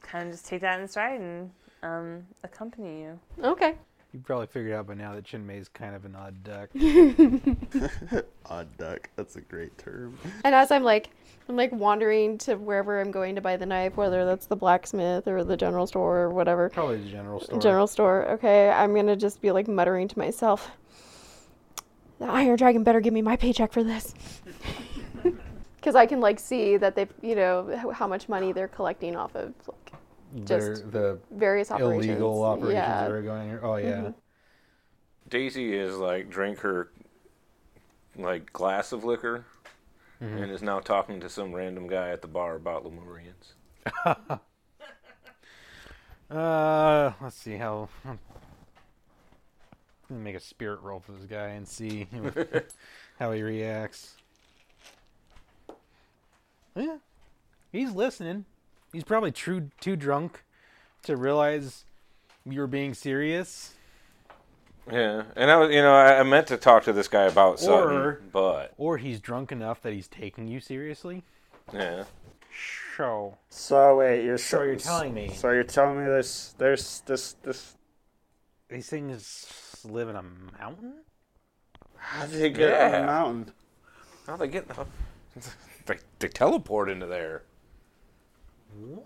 kind of just take that in stride and um, accompany you. okay. You probably figured out by now that Chin May's kind of an odd duck. Odd duck. That's a great term. And as I'm like, I'm like wandering to wherever I'm going to buy the knife, whether that's the blacksmith or the general store or whatever. Probably the general store. General store. Okay, I'm gonna just be like muttering to myself. The Iron Dragon better give me my paycheck for this. [LAUGHS] Because I can like see that they, you know, h- how much money they're collecting off of like just the various operations. illegal operations Yeah. that are going here. Oh yeah. Daisy is like drank her like glass of liquor Mm-hmm. and is now talking to some random guy at the bar about Lemurians. Mm-hmm. Uh, let's see how. I'm gonna make a spirit roll for this guy and [LAUGHS] see how he reacts. Oh, Yeah, he's listening. He's probably too too drunk to realize you were being serious. Yeah, and I was, you know, I, I meant to talk to this guy about Sutton, Or- but Or he's drunk enough that he's taking you seriously. yeah, So, So wait, you're So you're telling me- So you're telling me this? There's this this These things live in a mountain? How did they get up Yeah. the mountain? How they get? How, [LAUGHS] they they teleport into there.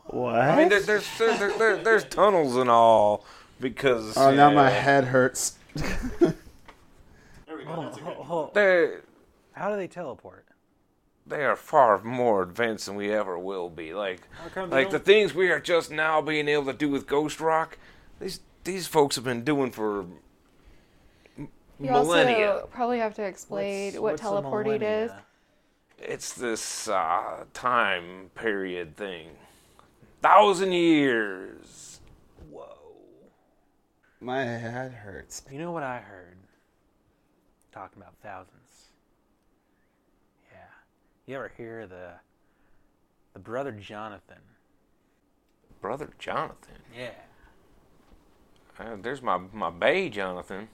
What? I mean, there, there's there, there, there- there's tunnels and all because. oh, now my yeah, head hurts. They How do they teleport? they are far more advanced than we ever will be. Like come they like the don't- things we are just now being able to do with Ghost Rock, these these folks have been doing for m- You millennia. also probably have to explain What's- what what's a teleporting is. millennia? it's this uh, time period thing. Thousand years. My head hurts. You know what I heard? Talking about thousands. Yeah. You ever hear the the brother Jonathan? Brother Jonathan. Yeah. Uh, there's my my bay Jonathan.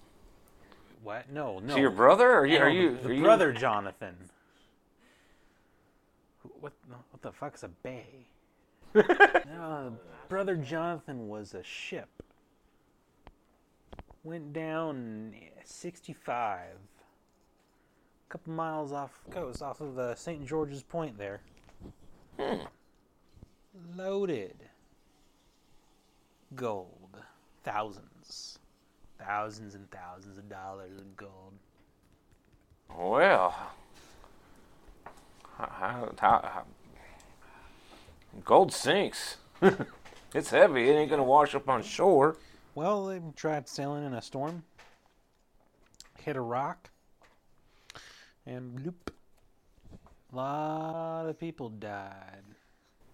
What? No, Is no. he your brother? Or are you? No, Are you the are you- brother Jonathan? Who- What? no, What the fuck's a [LAUGHS] bay? no, brother Jonathan was a ship. Went down in sixty-five, a couple miles off coast, off of the St. George's Point there. Hmm. Loaded. Gold, thousands, thousands and thousands of dollars in gold. Well, how, how, how, gold sinks. [LAUGHS] it's heavy. It ain't gonna wash up on shore. Well, they tried sailing in a storm, hit a rock, and bloop. A lot of people died.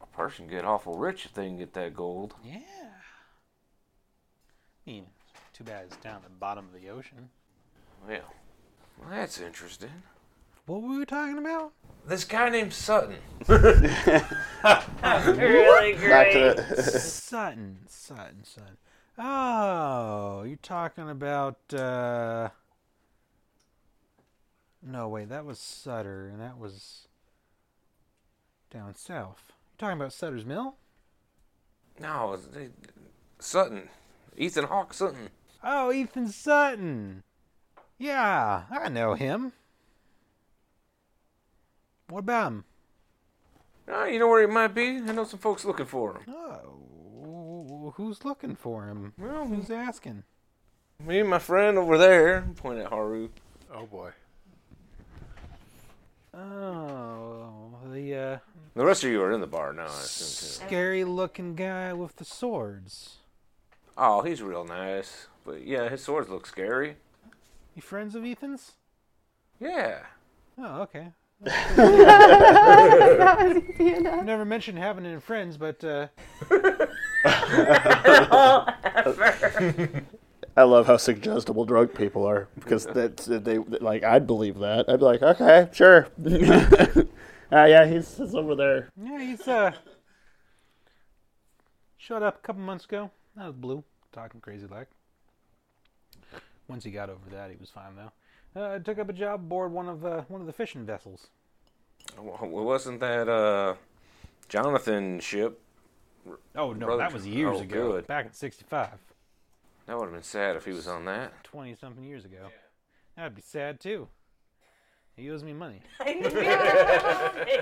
A person get awful rich if they can get that gold. Yeah. I mean, too bad it's down at the bottom of the ocean. Well, that's interesting. What were we talking about? This guy named Sutton. really Back great. to the. Sutton, Sutton, Sutton. Oh, you're talking about. uh No, wait, that was Sutter, and that was down south. You're talking about Sutter's Mill? No, it's- they, Sutton. Ethan Hawke Sutton. Oh, Ethan Sutton. Yeah, I know him. What about him? Ah, you know where he might be? I know some folks looking for him. Oh, who's looking for him? Well, who's asking? Me and my friend over there. Point at Haru. Oh boy. Oh, the uh, The rest of you are in the bar now. I assume, too. scary-looking guy with the swords. Oh, he's real nice. But yeah, his swords look scary. You friends of Ethan's? Yeah. Oh, [LAUGHS] okay. that was easy enough. Never mentioned having any friends, but uh, I love how suggestible drunk people are because that's they like I'd believe that. I'd be like, okay, sure. [LAUGHS] uh, yeah, he's, he's over there. yeah, he's uh, showed up a couple months ago. Out of the blue, talking crazy like. Once he got over that, he was fine though. Uh, took up a job aboard one of uh, one of the fishing vessels. W- w- Wasn't that uh, Jonathan ship? Oh no, Brother- that was years oh, ago. good. Back in '65, That would have been sad if he was on that. twenty something years ago. That'd be sad too. He owes me money. [LAUGHS] I knew you were gonna [LAUGHS] say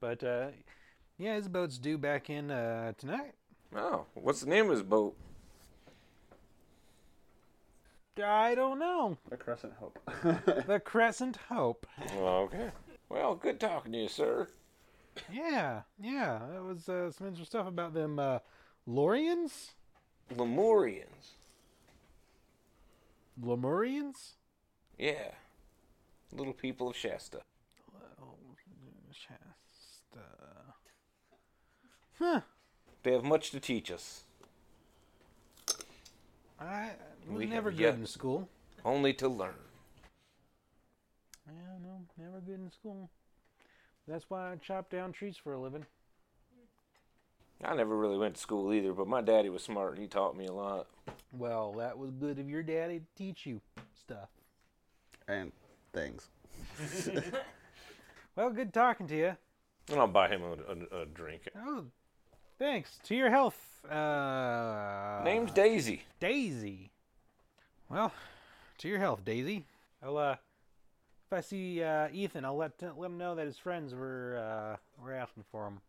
But uh, yeah, his boat's due back in uh, tonight. Oh, what's the name of his boat? I don't know. The Crescent Hope. The Crescent Hope. Oh, okay. Well, good talking to you, sir. Yeah, yeah. That was uh, some interesting stuff about them uh, Lorians? Lemurians. Lemurians? Yeah. Little people of Shasta. Shasta. uh, Huh. They have much to teach us. I was We have never good yet- in school. Only to learn. Yeah, no, never good in school. That's why I chop down trees for a living. I never really went to school either, but my daddy was smart and he taught me a lot. Well, that was good of your daddy to teach you stuff. and things. Well, good talking to you. And I'll buy him a, a, a drink. Oh, Thanks. To your health. Uh, Name's Daisy. Daisy. Well, to your health, Daisy. I'll uh, if I see uh, Ethan, I'll let let him know that his friends were uh, were asking for him.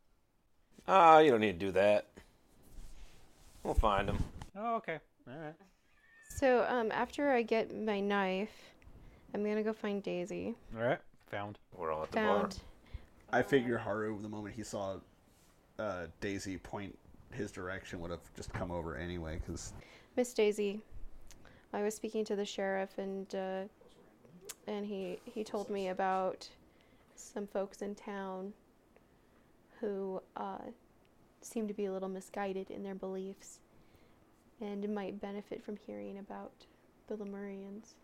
Ah, you don't need to do that. We'll find him. Oh, okay. All right. So um, after I get my knife, I'm gonna go find Daisy. All right. Found. We're all at the bar. Found. I figure Haru, the moment he saw uh, Daisy point his direction, would have just come over anyway. Because Miss Daisy, I was speaking to the sheriff, and uh, and he he told me about some folks in town who uh, seem to be a little misguided in their beliefs, and might benefit from hearing about the Lemurians.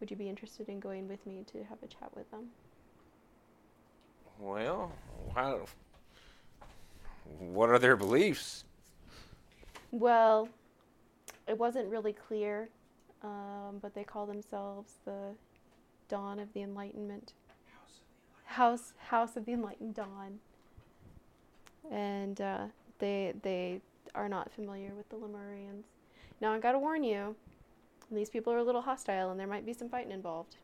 Would you be interested in going with me to have a chat with them? Well, how, what are their beliefs? Well, it wasn't really clear, um, but they call themselves the Dawn of the Enlightenment. House House of the Enlightened Dawn. And uh, they they are not familiar with the Lemurians. Now I gotta warn you, these people are a little hostile, and there might be some fighting involved.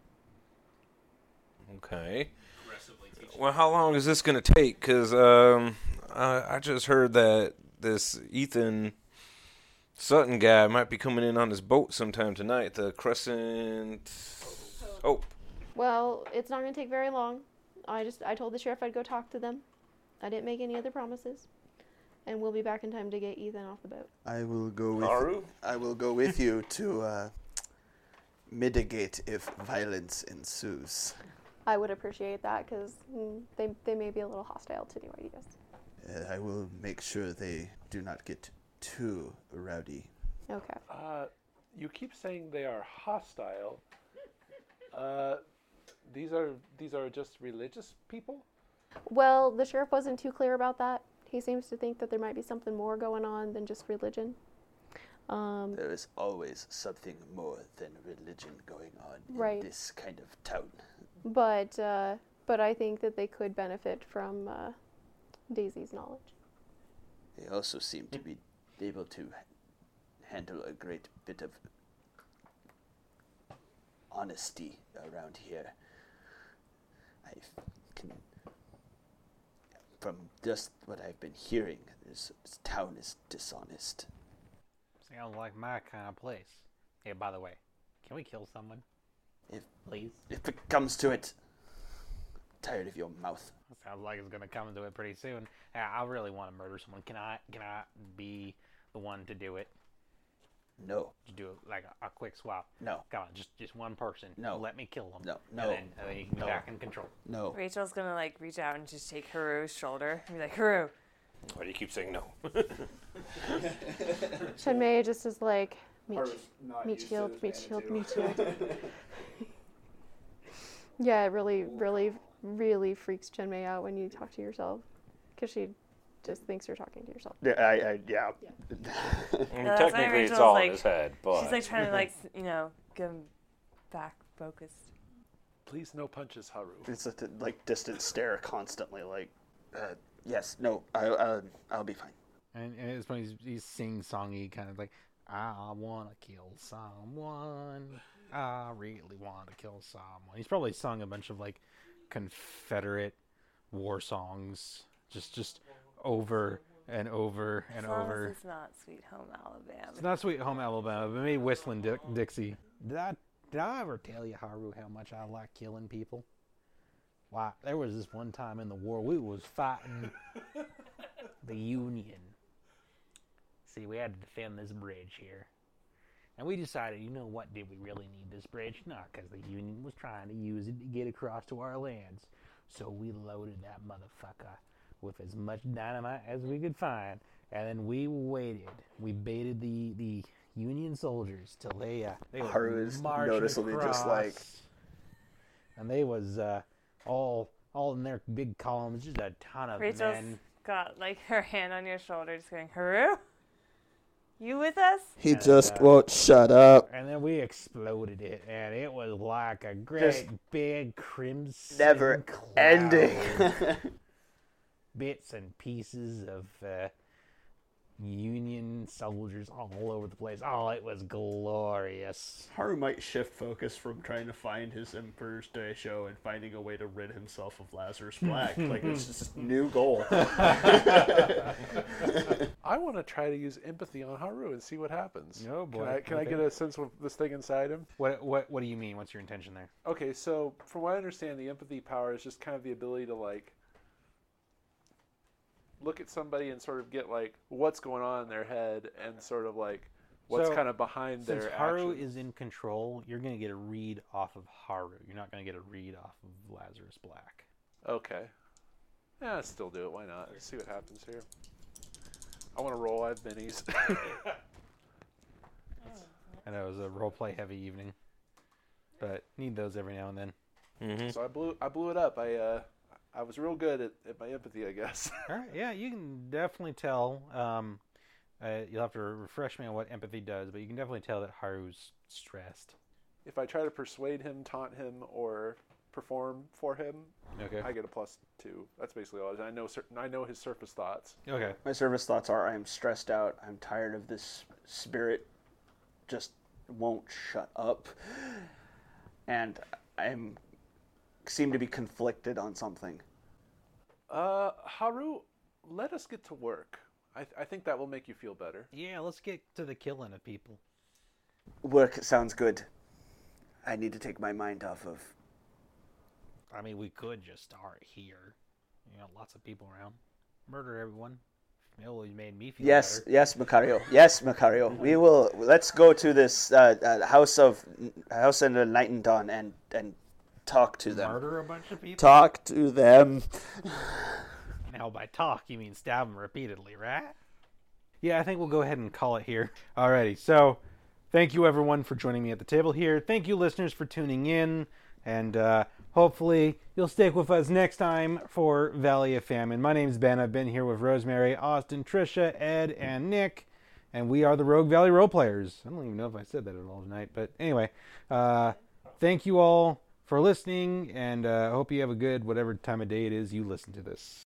Okay. Well, how long is this going to take? Because um, I, I just heard that this Ethan Sutton guy might be coming in on his boat sometime tonight. The Crescent. Oh, Well, it's not gonna take very long. I just I told the sheriff I'd go talk to them. I didn't make any other promises, and we'll be back in time to get Ethan off the boat. I will go with. Haru? I will go with you to uh, mitigate if violence ensues. I would appreciate that because they they may be a little hostile to new ideas. Uh, I will make sure they do not get too rowdy. Okay. Uh, you keep saying they are hostile. Uh, these are these are just religious people. Well, the sheriff wasn't too clear about that. He seems to think that there might be something more going on than just religion. Um, There is always something more than religion going on Right. in this kind of town. but uh, but I think that they could benefit from uh, Daisy's knowledge. They also seem to be able to handle a great bit of honesty around here. I can, from just what I've been hearing, this, this town is dishonest. Sounds like my kind of place. Hey, by the way, can we kill someone? If, Please. if it comes to it, tired of your mouth. Sounds like it's gonna come to it pretty soon. Yeah, I really want to murder someone. Can I? Can I be the one to do it? No, Just do it like a, a quick swap. no, Come on, just just one person. No. Let me kill them. No, no, And then, and then you can be no. back in control. no. Rachel's gonna like reach out and just take Haru's shoulder and be like, Haru, why do you keep saying no? Shenmei just is like meat, Haru's not meat used to shield, this meat shield, attitude. meat shield. [LAUGHS] yeah, it really, really, really freaks Chenmei out when you talk to yourself, because she just thinks you're talking to yourself. Yeah, I, I, yeah. I mean, that's why technically, it's Rachel's all like- in his head, but she's like trying to like [LAUGHS] s- you know get him back focused. Please, no punches, Haru. It's a like distant stare constantly. Like Uh, yes, no. I, uh, I'll be fine. And, and it's funny. He's, he's sing-songy, kind of like, "I want to kill someone. I really want to kill someone." He's probably sung a bunch of like Confederate war songs, just just over and over and As long as over. it's not Sweet Home Alabama. It's not Sweet Home Alabama, but maybe Whistling Dick- Dixie. Did I, did I ever tell you, Haru, how much I like killing people? Why, there was this one time in the war we was fighting the Union. See, we had to defend this bridge here. And we decided, you know what, did we really need this bridge? Not because the Union was trying to use it to get across to our lands. So we loaded that motherfucker with as much dynamite as we could find. And then we waited. We baited the, the Union soldiers till they, uh, they Haru were is marching noticeably just like- across. And they was uh, all all in their big columns, just a ton of Rachel's men. got like her hand on your shoulder, just going, Haru, you with us? He just won't shut up. And then we exploded it, and it was like a great Just big crimson, never cloud. ending. bits and pieces of uh, Union soldiers all over the place. Oh, it was glorious. Haru might shift focus from trying to find his Emperor's Daisho and finding a way to rid himself of Lazarus Black. like, it's just this new goal. I want to try to use empathy on Haru and see what happens. Oh, boy. Can I, can I Okay. get a sense of this thing inside him? What what what do you mean? What's your intention there? Okay, so from what I understand, the empathy power is just kind of the ability to like look at somebody and sort of get like what's going on in their head and sort of like what's So, kind of behind Since their Haru actions. is in control, you're going to get a read off of Haru. You're not going to get a read off of Lazarus Black. Okay. Yeah, let's still do it. Why not? Let's see what happens here. I want to roll. I have minis. [LAUGHS] I know it was a roleplay heavy evening, but need those every now and then. so I blew. I blew it up. I uh, I was real good at, at my empathy, I guess. [LAUGHS] All right, yeah, you can definitely tell. Um, uh, you'll have to refresh me on what empathy does, but you can definitely tell that Haru's stressed. if I try to persuade him, taunt him, or perform for him, Okay. I get a plus two. That's basically all. it is. I know. Cer- I know his surface thoughts. Okay. My service thoughts are I'm stressed out. I'm tired of this spirit just won't shut up. And I'm seem to be conflicted on something. Uh, Haru, let us get to work. I, th- I think that will make you feel better. Yeah, let's get to the killing of people. Work sounds good. I need to take my mind off of I mean, we could just start here. You know, lots of people around. Murder everyone. Well, you made me feel Yes, better. yes, Macario. Yes, Macario. We will. Let's go to this uh, uh, house of house in the night and dawn and and talk to them. Murder a bunch of people. Talk to them. Now, by talk, you mean stab him repeatedly, right? Yeah, I think we'll go ahead and call it here. [LAUGHS] Alrighty, so thank you everyone for joining me at the table here. Thank you, listeners, for tuning in, and uh, hopefully you'll stick with us next time for Valley of Famine. My name's Ben. I've been here with Rosemary, Austin, Trisha, Ed, and Nick, and we are the Rogue Valley Role Players. I don't even know if I said that at all tonight, but anyway, uh, thank you all for listening, and uh, hope you have a good whatever time of day it is you listen to this.